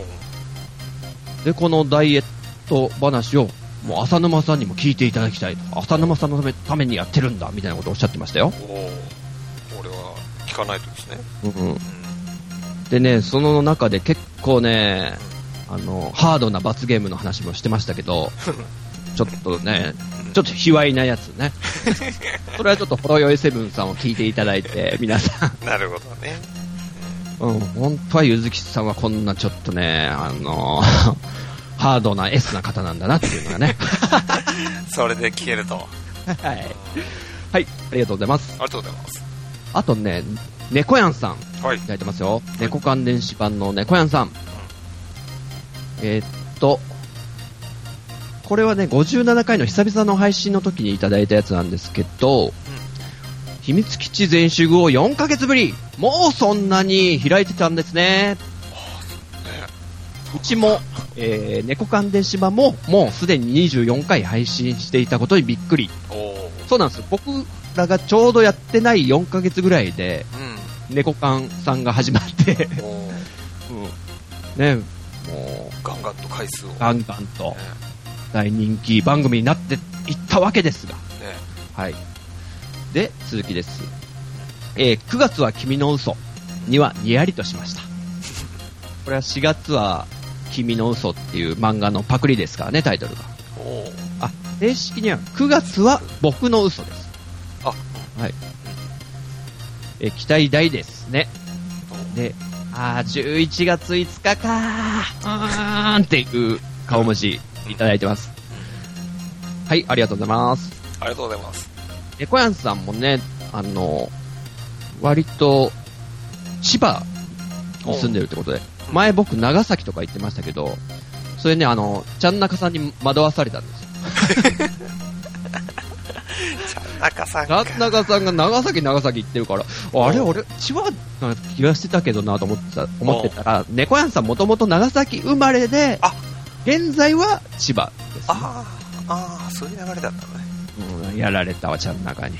A: ー
B: で、このダイエット話を、もう浅沼さんにも聞いていただきたいと。浅沼さんのためためにやってるんだ、みたいなことをおっしゃってましたよ。
A: おーこれは聞かないとですね。
B: うん
A: うん。
B: でね、その中で結構ね、あの、ハードな罰ゲームの話もしてましたけ ど、ちょっとね、ちょっと卑猥なやつ ね。それはちょっとほろよいセブンさんを聞いていただいて、皆さん。
A: なるほどね。
B: うん、本当はゆずきさんはこんなちょっとね、あの、 ハードな S な方なんだなっていうのがね。
A: それで聞けると。
B: はい。はい、ありがとうございます。
A: ありがとうございます。
B: あとね、猫やんさん、い
A: はい。
B: ただいてますよ。猫関連子版の猫やんさん。えーっと、これはね、57回の久々の配信の時にいただいたやつなんですけど、秘密基地全集合4ヶ月ぶりもうそんなに開いてたんですね。うちも、えー、猫関電子版も、もうすでに24回配信していたことにびっくり。
A: おお。
B: そうなんですよ。僕らがちょうどやってない4ヶ月ぐらいで、
A: う
B: 猫缶さんが始まって、
A: ん。おー
B: ね、もう、
A: ガンガンと回数を。
B: ガンガンと
A: ね
B: 大人気番組になってっ行ったわけですが、
A: ね
B: はい。で、続きです。えー9月は君の嘘にはにやりとしました。 これは4月は君の嘘っていう漫画のパクリですからね、タイトルが。
A: おう
B: あ、正式には9月は僕の嘘です。
A: あ
B: はい。えー期待大ですね。
A: おう
B: で、あー、11月5日かー。うーんっていう顔文字いただいてます。はい、ありがとうございます。
A: ありがとうございます。
B: でコヤンさんもね、あの、割と、千葉に住んでるってことで、前僕長崎とか行ってましたけど、それね、あの、ちゃん中さんに惑わされたんですよ。
A: ちゃん中さん
B: ちゃ
A: か。
B: ん中さんが長崎長崎行ってるから、あれ俺、千葉な気がしてたけどなと思ってた、思ってたら、猫やんさんもともと長崎生まれで
A: あ、
B: 現在は千葉です、ね。
A: ああ、ああ、そういう流れだったのね。
B: うんやられたわ、ちゃん中に。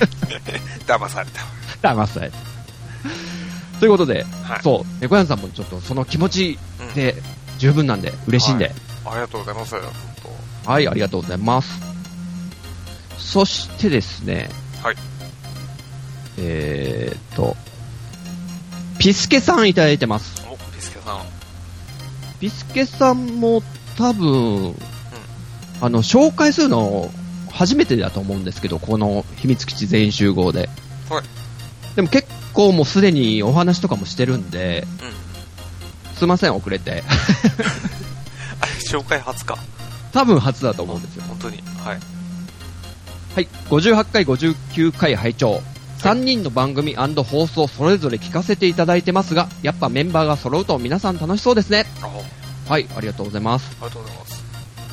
A: 騙されたわ。
B: 騙された。ということで、
A: はい。
B: そう、猫やんさんもちょっとその気持ち
A: うん
B: で十分なんで嬉しいんで、
A: ありがとうございます。本
B: はい、ありがとうございます。そしてですね、
A: はい。
B: えーっと、ピスケさんいただいてます。
A: 当。お、ピスケさん。
B: ピスケさんも多分、あの、紹介するの初めてだと思うんですけど、この秘密基地全員集合で。
A: はい
B: でも結構もうすでにお話とかもしてるんで、
A: うん。
B: すいません、遅れて。
A: あれ、紹介初か。
B: 多分初だと思うんですよ。
A: 本当に。はい。
B: はい、58回、59回拝聴3人の番組放送それぞれ聞かせていただいてますが、やっぱメンバーが揃うと皆さん楽しそうですね。
A: ああり
B: はい、ありがとうございます。
A: がとうございます。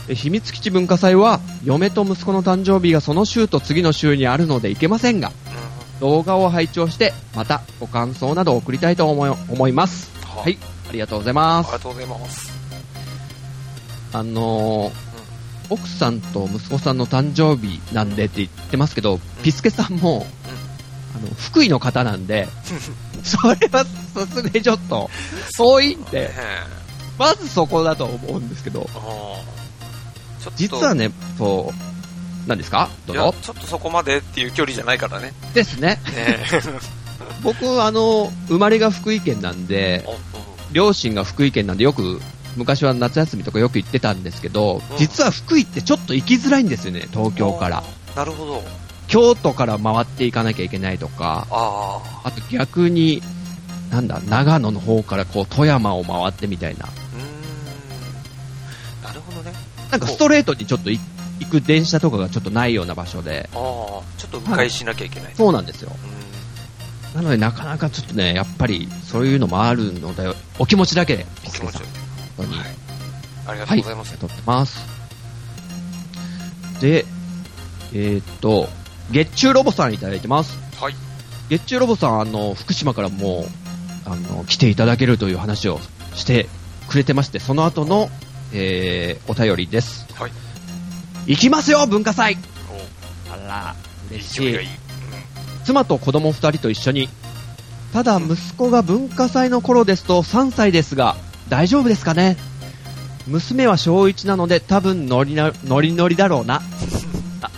B: え秘密基地文化祭は、嫁と息子の誕生日がその週と次の週にあるので行けませんが、
A: うん。
B: 動画を拝聴して、またご感想などを送りたいと思い思います。
A: は
B: はい、ありがとうござい
A: あ
B: ま
A: り
B: す
A: が。とうございます。
B: あのー奥さんと息子さんの誕生日なんでって言ってますけど、ピスケさんも、あの福井の方なんで、 それはさすがにちょっと遠いんで
A: ね、え
B: まずそこだと思うんですけど、
A: ああちょっと
B: 実はね、そう、何ですかど
A: いうや
B: ぞ
A: ちょっとそこまでっていう距離じゃないからね。
B: ですね。
A: ね え
B: 僕、あの、生まれが福井県なんで、
A: おうん
B: 両親が福井県なんでよく、昔は夏休みとかよく行ってたんですけど
A: うん、
B: 実は福井ってちょっと行きづらいんですよね、東京から。。
A: なるほど。
B: 京都から回っていかなきゃいけないとか、
A: ああ。
B: あと逆に、なんだ、長野の方からこう富山を回ってみたいな、
A: うーん。なるほどね。
B: なんかストレートにちょっとい行く電車とかがちょっとないような場所で、
A: ああ。ちょっと迂回しなきゃいけない。
B: そうなんですよ。
A: うん。
B: なのでなかなかちょっとね、やっぱりそういうのもあるので、お気持ちだけで、
A: お気持ち
B: ピ
A: よ
B: スケさん本当に。
A: はい
B: はい、
A: く。ありが
B: あ
A: とう
B: り
A: ございます。
B: がとうございます。で、えーっと、月中ロボさんいただいてます。
A: はい。
B: 月中ロボさん、あの、福島からもう、あの、来ていただけるという話をしてくれてまして、その後の、えー、お便りです。
A: はい。
B: 行きますよ、文化祭あら、
A: お
B: 嬉
A: 勢い
B: し
A: がい
B: い。
A: い。
B: 妻と子供二人と一緒に。ただ、息子が文化祭の頃ですと3歳ですが、大丈夫ですかね娘は小1なので、多分ノリな、ノリノリだろうな。あ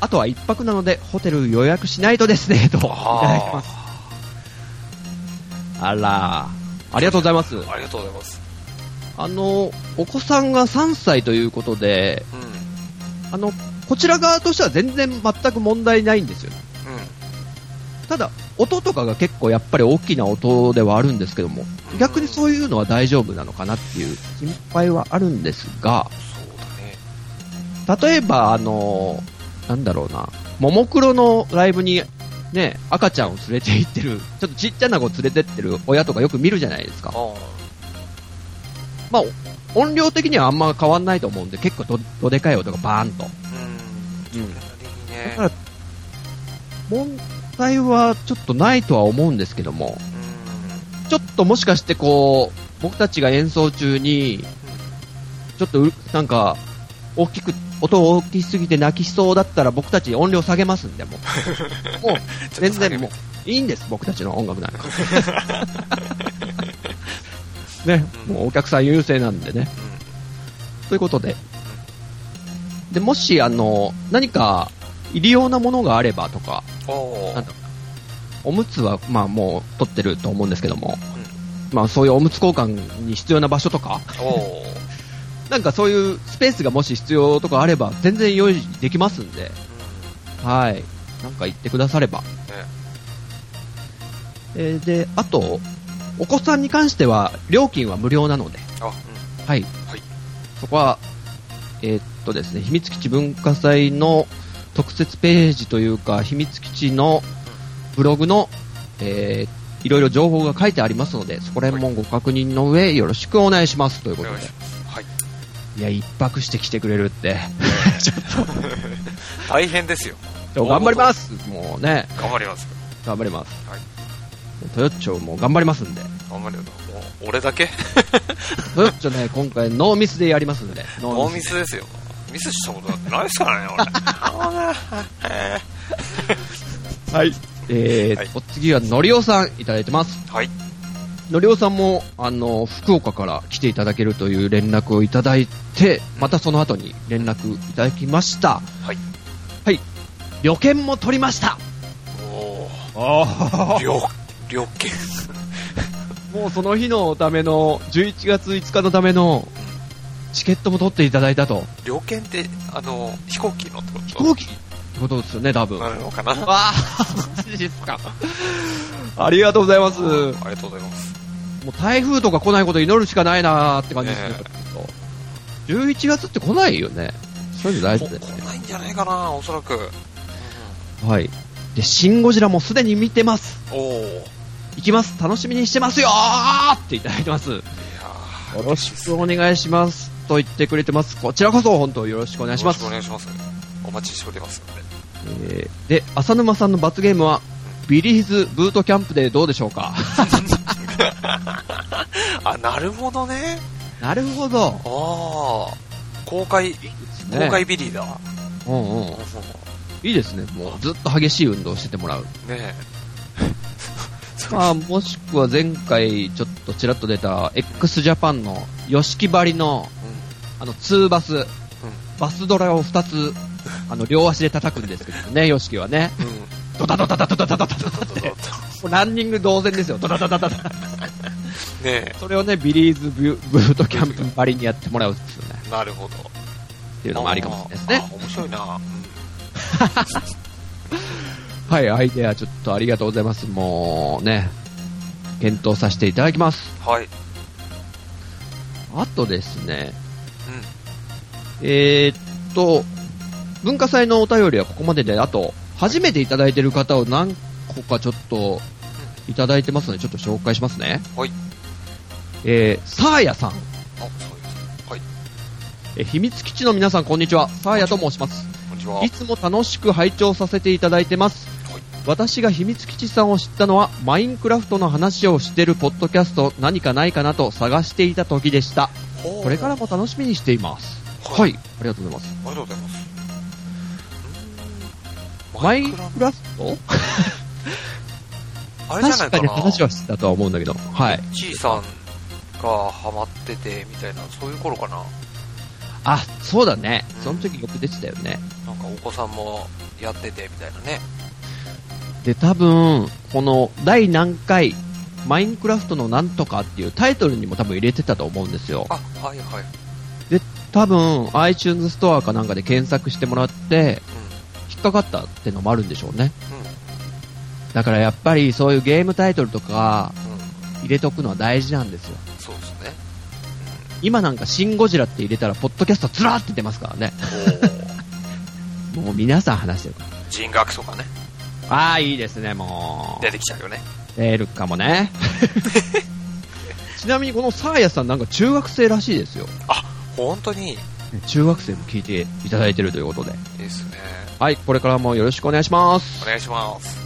B: あとは一泊なので、ホテル予約しないとですね、と。いただいてます
A: あ
B: あら、ありがとうございます。
A: あ。ありがとうございます。
B: あの、お子さんが3歳ということで、
A: うん。うん。
B: あの、こちら側としては全然全く問題ないんですよ。ただ、音とかが結構やっぱり大きな音ではあるんですけども、逆にそういうのは大丈夫なのかなっていう心配はあるんですが、
A: そうだね。
B: 例えば、あの、なんだろうな、ももクロのライブに、ね、赤ちゃんを連れて行ってる、ちょっとちっちゃな子連れてってる親とかよく見るじゃないですか。
A: あ
B: まあ、音量的にはあんま変わんないと思うんで、結構どどでかい音がバーンと。
A: あ。うん。
B: うん
A: それなりに
B: だ
A: ね
B: か。ら、問題はちょっとないとは思うんですけども、
A: うん。
B: ちょっともしかしてこう、僕たちが演奏中に、ちょっとうなんか、大きく、音を大きすぎて泣きそうだったら僕たち音量下げますんで、も う。も
A: ちょ
B: う、
A: っ
B: 全
A: と下げ
B: 然
A: る
B: もう、いいんです、僕たちの音楽なんか。 ね、もうお客さん優勢なんでね。
A: うん。
B: ということで。で、もし、あの、何か、入り用なものがあればとか、
A: お
B: な
A: ー
B: んだおむつは、まあもう取ってると思うんですけども、まあそういうおむつ交換に必要な場所とか、
A: おー
B: なんかそういうスペースがもし必要とかあれば、全然用意できますんで、はい。なんか言ってくだされば。えーで、あと、お子さんに関しては、料金は無料なので、
A: あ、うん
B: はい。
A: はい
B: そこは、えーっとですね、秘密基地文化祭の特設ページというか、秘密基地のブログの、えーいろいろ情報が書いてありますので、そこら辺もご確認の上、よろしくお願いしますという
A: お
B: こと
A: 願
B: で
A: いし。ます。はい。
B: いや、一泊して来てくれる って。
A: 大変ですよ。
B: 頑張りますもうね、
A: 頑張ります。
B: 頑張ります。
A: はい
B: トヨッチョも頑張りますんで。
A: 頑張るよな。もう、俺だけ
B: トヨッチョ ね、今回ノーミスでやりますんでね。
A: ノーミスですよ。ミスしたことなんてないですからね、俺。え
B: はい。えー
A: はい
B: お次はのりおさんいただいてます。
A: ーはい。
B: のりおさんも、あの、福岡から来ていただけるという連絡をいただいて、またその後に連絡いただきました。
A: はい。
B: はい。旅券も取りました
A: お
B: あ
A: ー。りょ、りょけん。
B: もうその日のための、11月5日のための、チケットも取っていただいたと。
A: りょけんって、あの、飛行機のってこと
B: 飛行機ってことですよね、多分。
A: なるのかなあ
B: ああ、マジですか。ありがとうございます。も
A: りがとうございます。
B: う台風とか来ないことを祈るしかないなーって感じですね。
A: ね
B: 11月って来ないよね。そういうの大
A: こ
B: 事だよ
A: 来
B: ね。
A: ないんじゃないかな、おそらく。うん
B: はい。で、シン・ゴジラもすでに見てます。
A: おー。い
B: 行きます。楽しみにしてますよーっていただいてます。よ
A: やー
B: ろしくお願いします。と言ってくれてます。こちらこそ本当よろしくお願いします
A: よ。ろしくお願いします。お待ちしておりますので。
B: えーで、浅沼さんの罰ゲームは、ビリーズブートキャンプでどうでしょ うか
A: あ、なるほどね。
B: なるほど。
A: ああ。公開、公開ビリーだ。
B: うんうん。いいですね。もうずっと激しい運動をしててもらう。
A: ね
B: まあ、もしくは前回ちょっとちらっと出た x ジャパンの吉木張りの
A: え。うん
B: あの2バス、バスドラを2つ、あの両足で叩くんですけどね、吉木はね。。
A: うん。
B: ドタドタドタドタドタドタって。もうランニング同然ですよ。ドタドタドタ。
A: ね
B: それをね、ビリーズブーブートキャンプ張りにやってもらうっていうね。
A: え。なるほど。
B: っていうのもありかもしれないですね。
A: あ面白いな。
B: はい、アイデアちょっとありがとうございます。もうね、検討させていただきます。
A: はい。
B: あとですね、えーっと、文化祭のお便りはここまでで、あと、初めていただいてる方を何個かちょっと、いただいてますので、ちょっと紹介しますね。
A: はい。
B: えー、サーヤさん。
A: あ、そうです。はい。
B: えー秘密基地の皆さん、こんにちは。サーヤと申します。
A: こんにちは。
B: いつも楽しく拝聴させていただいてます。
A: はい
B: 私が秘密基地さんを知ったのは、マインクラフトの話をしてるポッドキャスト、何かないかなと探していた時でした。
A: ほう
B: これからも楽しみにしています。
A: は。
B: はいい、ありがとうございます。
A: ありがとうございます。うーん
B: マイン
A: ラ
B: クラフト
A: あれじゃない
B: 確
A: か
B: か
A: な
B: に。話はしてたとは思うんだけど。はい。
A: ちいさんがハマっててみたいな、そういう頃かな。
B: あ、そうだね。その時よく出てたよね。
A: なんかお子さんもやっててみたいなね。
B: で、多分、この第何回、マインクラフトのなんとかっていうタイトルにも多分入れてたと思うんですよ。
A: あ、はいはい。
B: 多分、iTunes ストアかなんかで検索してもらって、
A: う
B: 引っかかったってのもあるんでしょう
A: ん。
B: ね。
A: うん。
B: だからやっぱりそういうゲームタイトルとか
A: うん。
B: 入れとくのは大事なんですよ。
A: そうですね。
B: 今なんかシンゴジラって入れたら、ポッドキャストずらーって出ますからね。
A: お
B: もう皆さん話してるから。
A: お。人格とかね。
B: ああ、いいですね、もう。
A: 出てきちゃうよね。
B: 出るかもね。 ちなみにこのサーヤさんなんか中学生らしいですよ。
A: 本当にい
B: 中学生も聞いていただいてるということで。
A: いですね。
B: はい、これからもよろしくお願いします
A: お。願いします。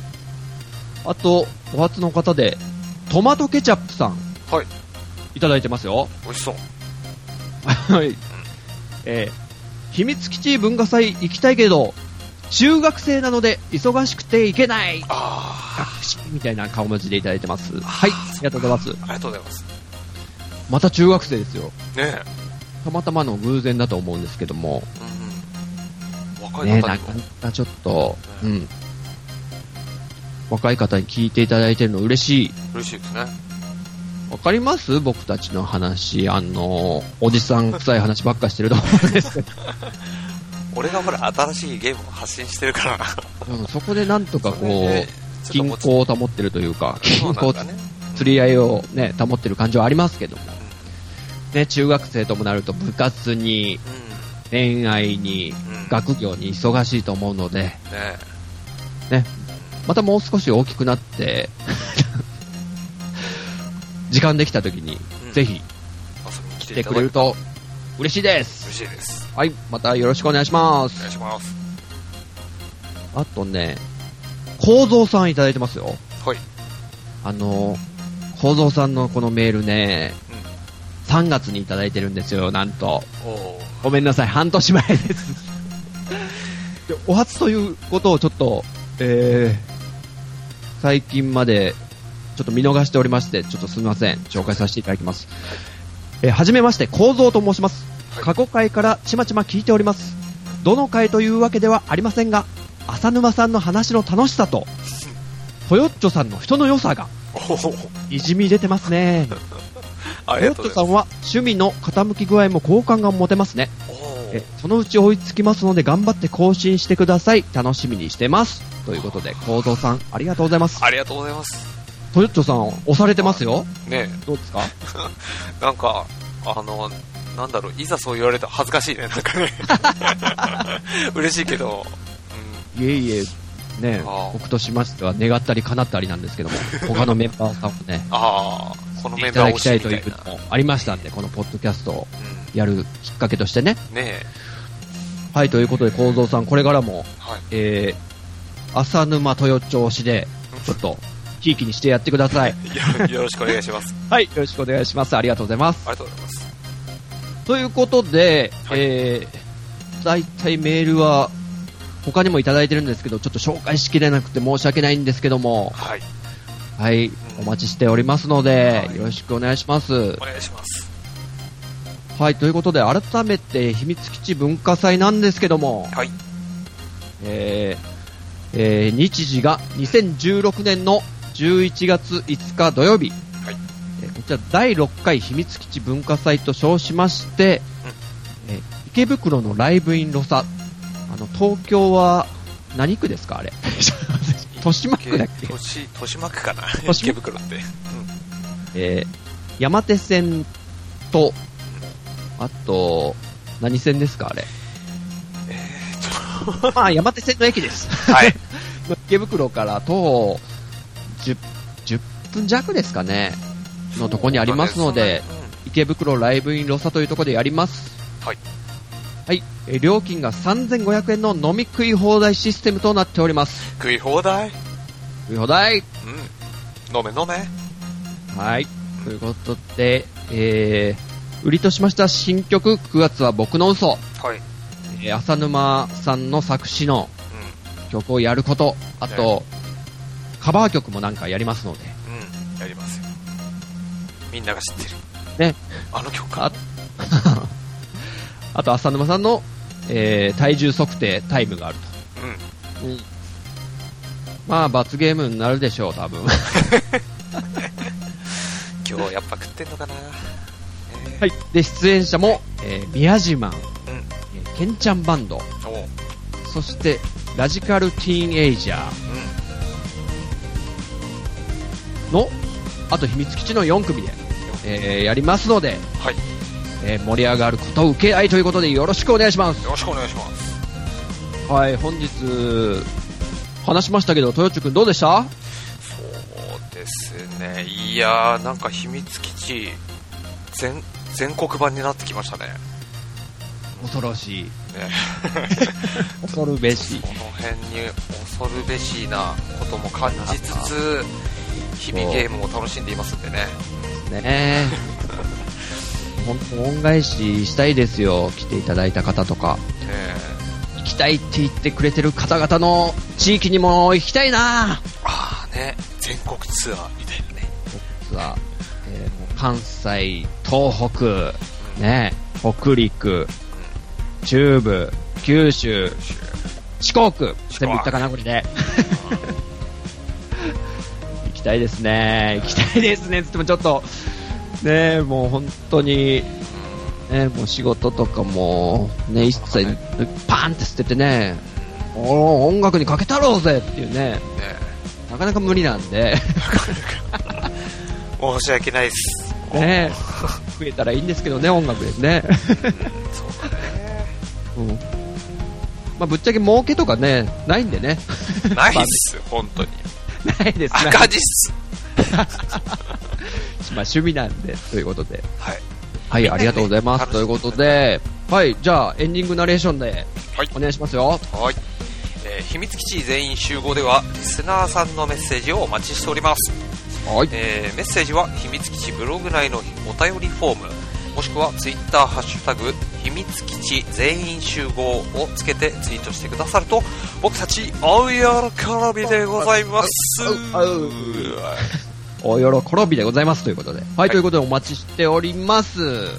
B: あと、お初の方で、トマトケチャップさん。
A: はい。
B: いただいてま すよ。
A: 美味しそう。
B: はい。えー秘密基地文化祭行きたいけど、中学生なので忙しくて行けない。
A: あ
B: みたいな顔文字でいただいてます。はい、ありがとうございます。
A: あ。ありがとうございます。
B: また中学生ですよ。
A: ねえ。
B: たまたまの偶然だと思うんですけども、
A: うん若い
B: ね、
A: 方
B: な
A: にも
B: かなかちょっと、
A: う
B: うんん。若い方に聞いていただいてるの嬉しい。
A: 嬉しいですね。
B: わかります僕たちの話。あの、おじさん臭い話ばっかしてると思うん ですけど。
A: 俺がほら、新しいゲームを発信してるから、
B: うん、そこでなん とかこ
A: それで
B: う、
A: ちょっと
B: 均
A: もうちょっと
B: 衡を保ってるというか、
A: そうな
B: 均
A: ん
B: 衡
A: だね。
B: 釣り合いをね、保ってる感じはありますけども。ね、中学生ともなると部活に、
A: う
B: 恋愛に、
A: ん。うん。
B: 学業に忙しいと思うので、
A: ね
B: またもう少し大きくな って、時間できた時に、
A: うん
B: ぜひ
A: 遊びに来
B: 来
A: て
B: て
A: いた
B: く
A: だ
B: れ
A: い
B: る
A: て
B: と嬉しいで
A: 嬉
B: す。
A: しいです。
B: はい、またよろしくお願いしま
A: お願い
B: す。
A: します。
B: あとね、構造さんいただいてますよ。
A: はい。
B: あの、構造さんのこのメールね、3月にいただいてるんですよ、なんと。
A: うん。おー
B: ごめんなさい、半年前です。でお初ということをちょっと、えー、最近までちょっと見逃しておりまして、ちょっとすみません、紹介させていただきます。えーはじめまして、構造と申します。
A: はい
B: 過去回からちまちま聞いております。どの回というわけではありませんが、浅沼さんの話の楽しさと、トヨッチョさんの人の良さが、
A: おー
B: にじみ出てますね。
A: あ
B: ト
A: りが
B: ヨッ
A: と
B: チ
A: うござい
B: ョさん
A: ま
B: は趣味の傾き具合も好感が持てますね。
A: す。お
B: え
A: ー
B: そのうち追いつきますので頑張って更新してください。楽しみにしてます。ということで、構造さん、ありがとうございます。
A: ありがとうございます。
B: トヨッチョさん、押されてますよ。
A: ね
B: どうですか
A: えなんか、あの、なんだろう、いざそう言われたら恥ずかしいね、なんか ね。嬉しいけど、うん
B: いえいえ、ね
A: あー
B: 僕としましては願ったり叶ったりなんですけども、他のメンバーさんもね、
A: ああ、この
B: い
A: メン
B: た
A: バ
B: だ
A: ーを
B: きたい
A: し
B: と
A: み
B: い
A: たいうな。
B: のもありましたんで、このポッドキャストを
A: う
B: やるきっかけとしてね。
A: んねえ。
B: はい、ということで、構造さん、これからも、
A: はい。
B: えー、浅沼豊町市で、ちょっと、ひいきにしてやってください。
A: よよろしくお願いします。
B: はい、よろしくお願いします。ありがとうございます。
A: ありがとうございます。
B: ということで、
A: はい
B: えー、大体メールは他にもいただいてるんですけど、ちょっと紹介しきれなくて申し訳ないんですけども、
A: はい。
B: はい、お待ちしておりますので、
A: はい
B: よろしくお願いします
A: お。願いします。
B: はい、ということで、改めて秘密基地文化祭なんですけども、
A: はい。
B: えーえー日時が2016年の11月5日土曜日、
A: はい
B: えーこちら第6回秘密基地文化祭と称しまして、えー池袋のライブインロサあの東京は何区です かあれ豊島区だっけ
A: 豊島豊島区かな
B: 豊島
A: 池袋って。
B: えー山手線とあと何線ですかあれ
A: え
B: まあ山手線の駅です
A: ー、 はい。
B: 池袋から徒歩 10, 10分弱ですかね、のとこにありますので、池袋ライブインロサというところでやります。
A: はい。
B: はい。えー料金が3500円の飲み食い放題システムとなっております。
A: 食い放題
B: 食い放題
A: うん。飲め飲め。
B: はい。ということで、えー、売りとしました新曲、9月は僕の嘘。
A: はい。うん。
B: えー浅沼さんの作詞の曲をやること、あと、カバー曲もなんかやりますので、
A: うん。やりますよ。みんなが知ってる。
B: ね。
A: あの曲
B: ああと浅沼さんの、えー体重測定タイムがある
A: うん。
B: と、まあ罰ゲームになるでしょう多 分
A: 今日やっぱ食ってんのかなえ
B: はいで出演者も、えー宮島、うんえーケンちゃんバンド
A: ーおう。
B: そしてラジカルティーンエイジャ
A: う
B: ーのあと秘密基地の4組で、えーやりますので、
A: ん。はい。
B: えー盛り上がること受け合いということでよろしくお願いします
A: よろしくお願いします。
B: はい本日話しましたけど豊地君どうでした
A: そうですね。いやー、なんか秘密基地、全、全国版になってきましたね。
B: 恐ろしい
A: ね。
B: 恐るべし
A: この辺に恐るべしなことも感じつつ日々ゲームを楽しんでいますんでね
B: ねえ。本当恩返ししたいですよ。来ていただいた方とか。
A: え
B: 行きたいって言ってくれてる方々の地域にも行きたいな
A: ああね全国ツアーみたいなね
B: 実は、えーもう関西、東北、ねえ、北陸、中部、九州、
A: うん
B: 四国
A: 四国
B: 全部行ったかな、これで。 行きたいですね。行きたいですね。つってもちょっと、ねえ、もう本当に、ねえ、もう仕事とかも、ね、一切
A: そう
B: パーンって捨ててね、お音楽にかけたろうぜっていうね、
A: ねえ
B: なかなか無理なんで、
A: 申し訳ないっす。
B: ねえ、増えたらいいんですけどね、音楽で すね。
A: そうだね。
B: うんまあ、ぶっちゃけ儲けとかね、ないんでね。
A: ない っす、本当に。
B: ないですね。
A: 赤字っす。
B: まあ、趣味なんで、ということで。
A: はい。
B: はい、ありがとうございま
A: 楽
B: す。
A: し
B: ということで、はい、じゃあ、エンディングナレーションで、
A: はい
B: お願いしますよ。
A: はい、えー秘密基地全員集合ではリスナーさんのメッセージをお待ちしております、
B: はい、
A: えーメッセージは秘密基地ブログ内のお便りフォームもしくはツイッターハッシュタグ秘密基地全員集合をつけてツイートしてくださると僕たち大喜びでございます
B: あうあお喜びでございますということで。はい、ということでお待ちしております。
A: はい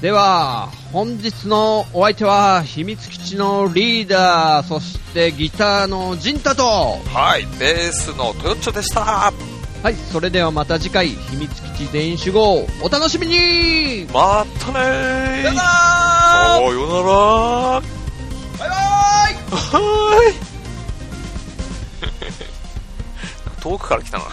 B: では、本日のお相手は、秘密基地のリーダー、そしてギターのジンタと、
A: はいベースのトヨッチョでした
B: はい、それではまた次回、秘密基地全員集合、お楽しみに
A: またねー
B: バ
A: さよ
B: イバーイ
A: なら
B: バイバーイ
A: はーい 遠くから来たな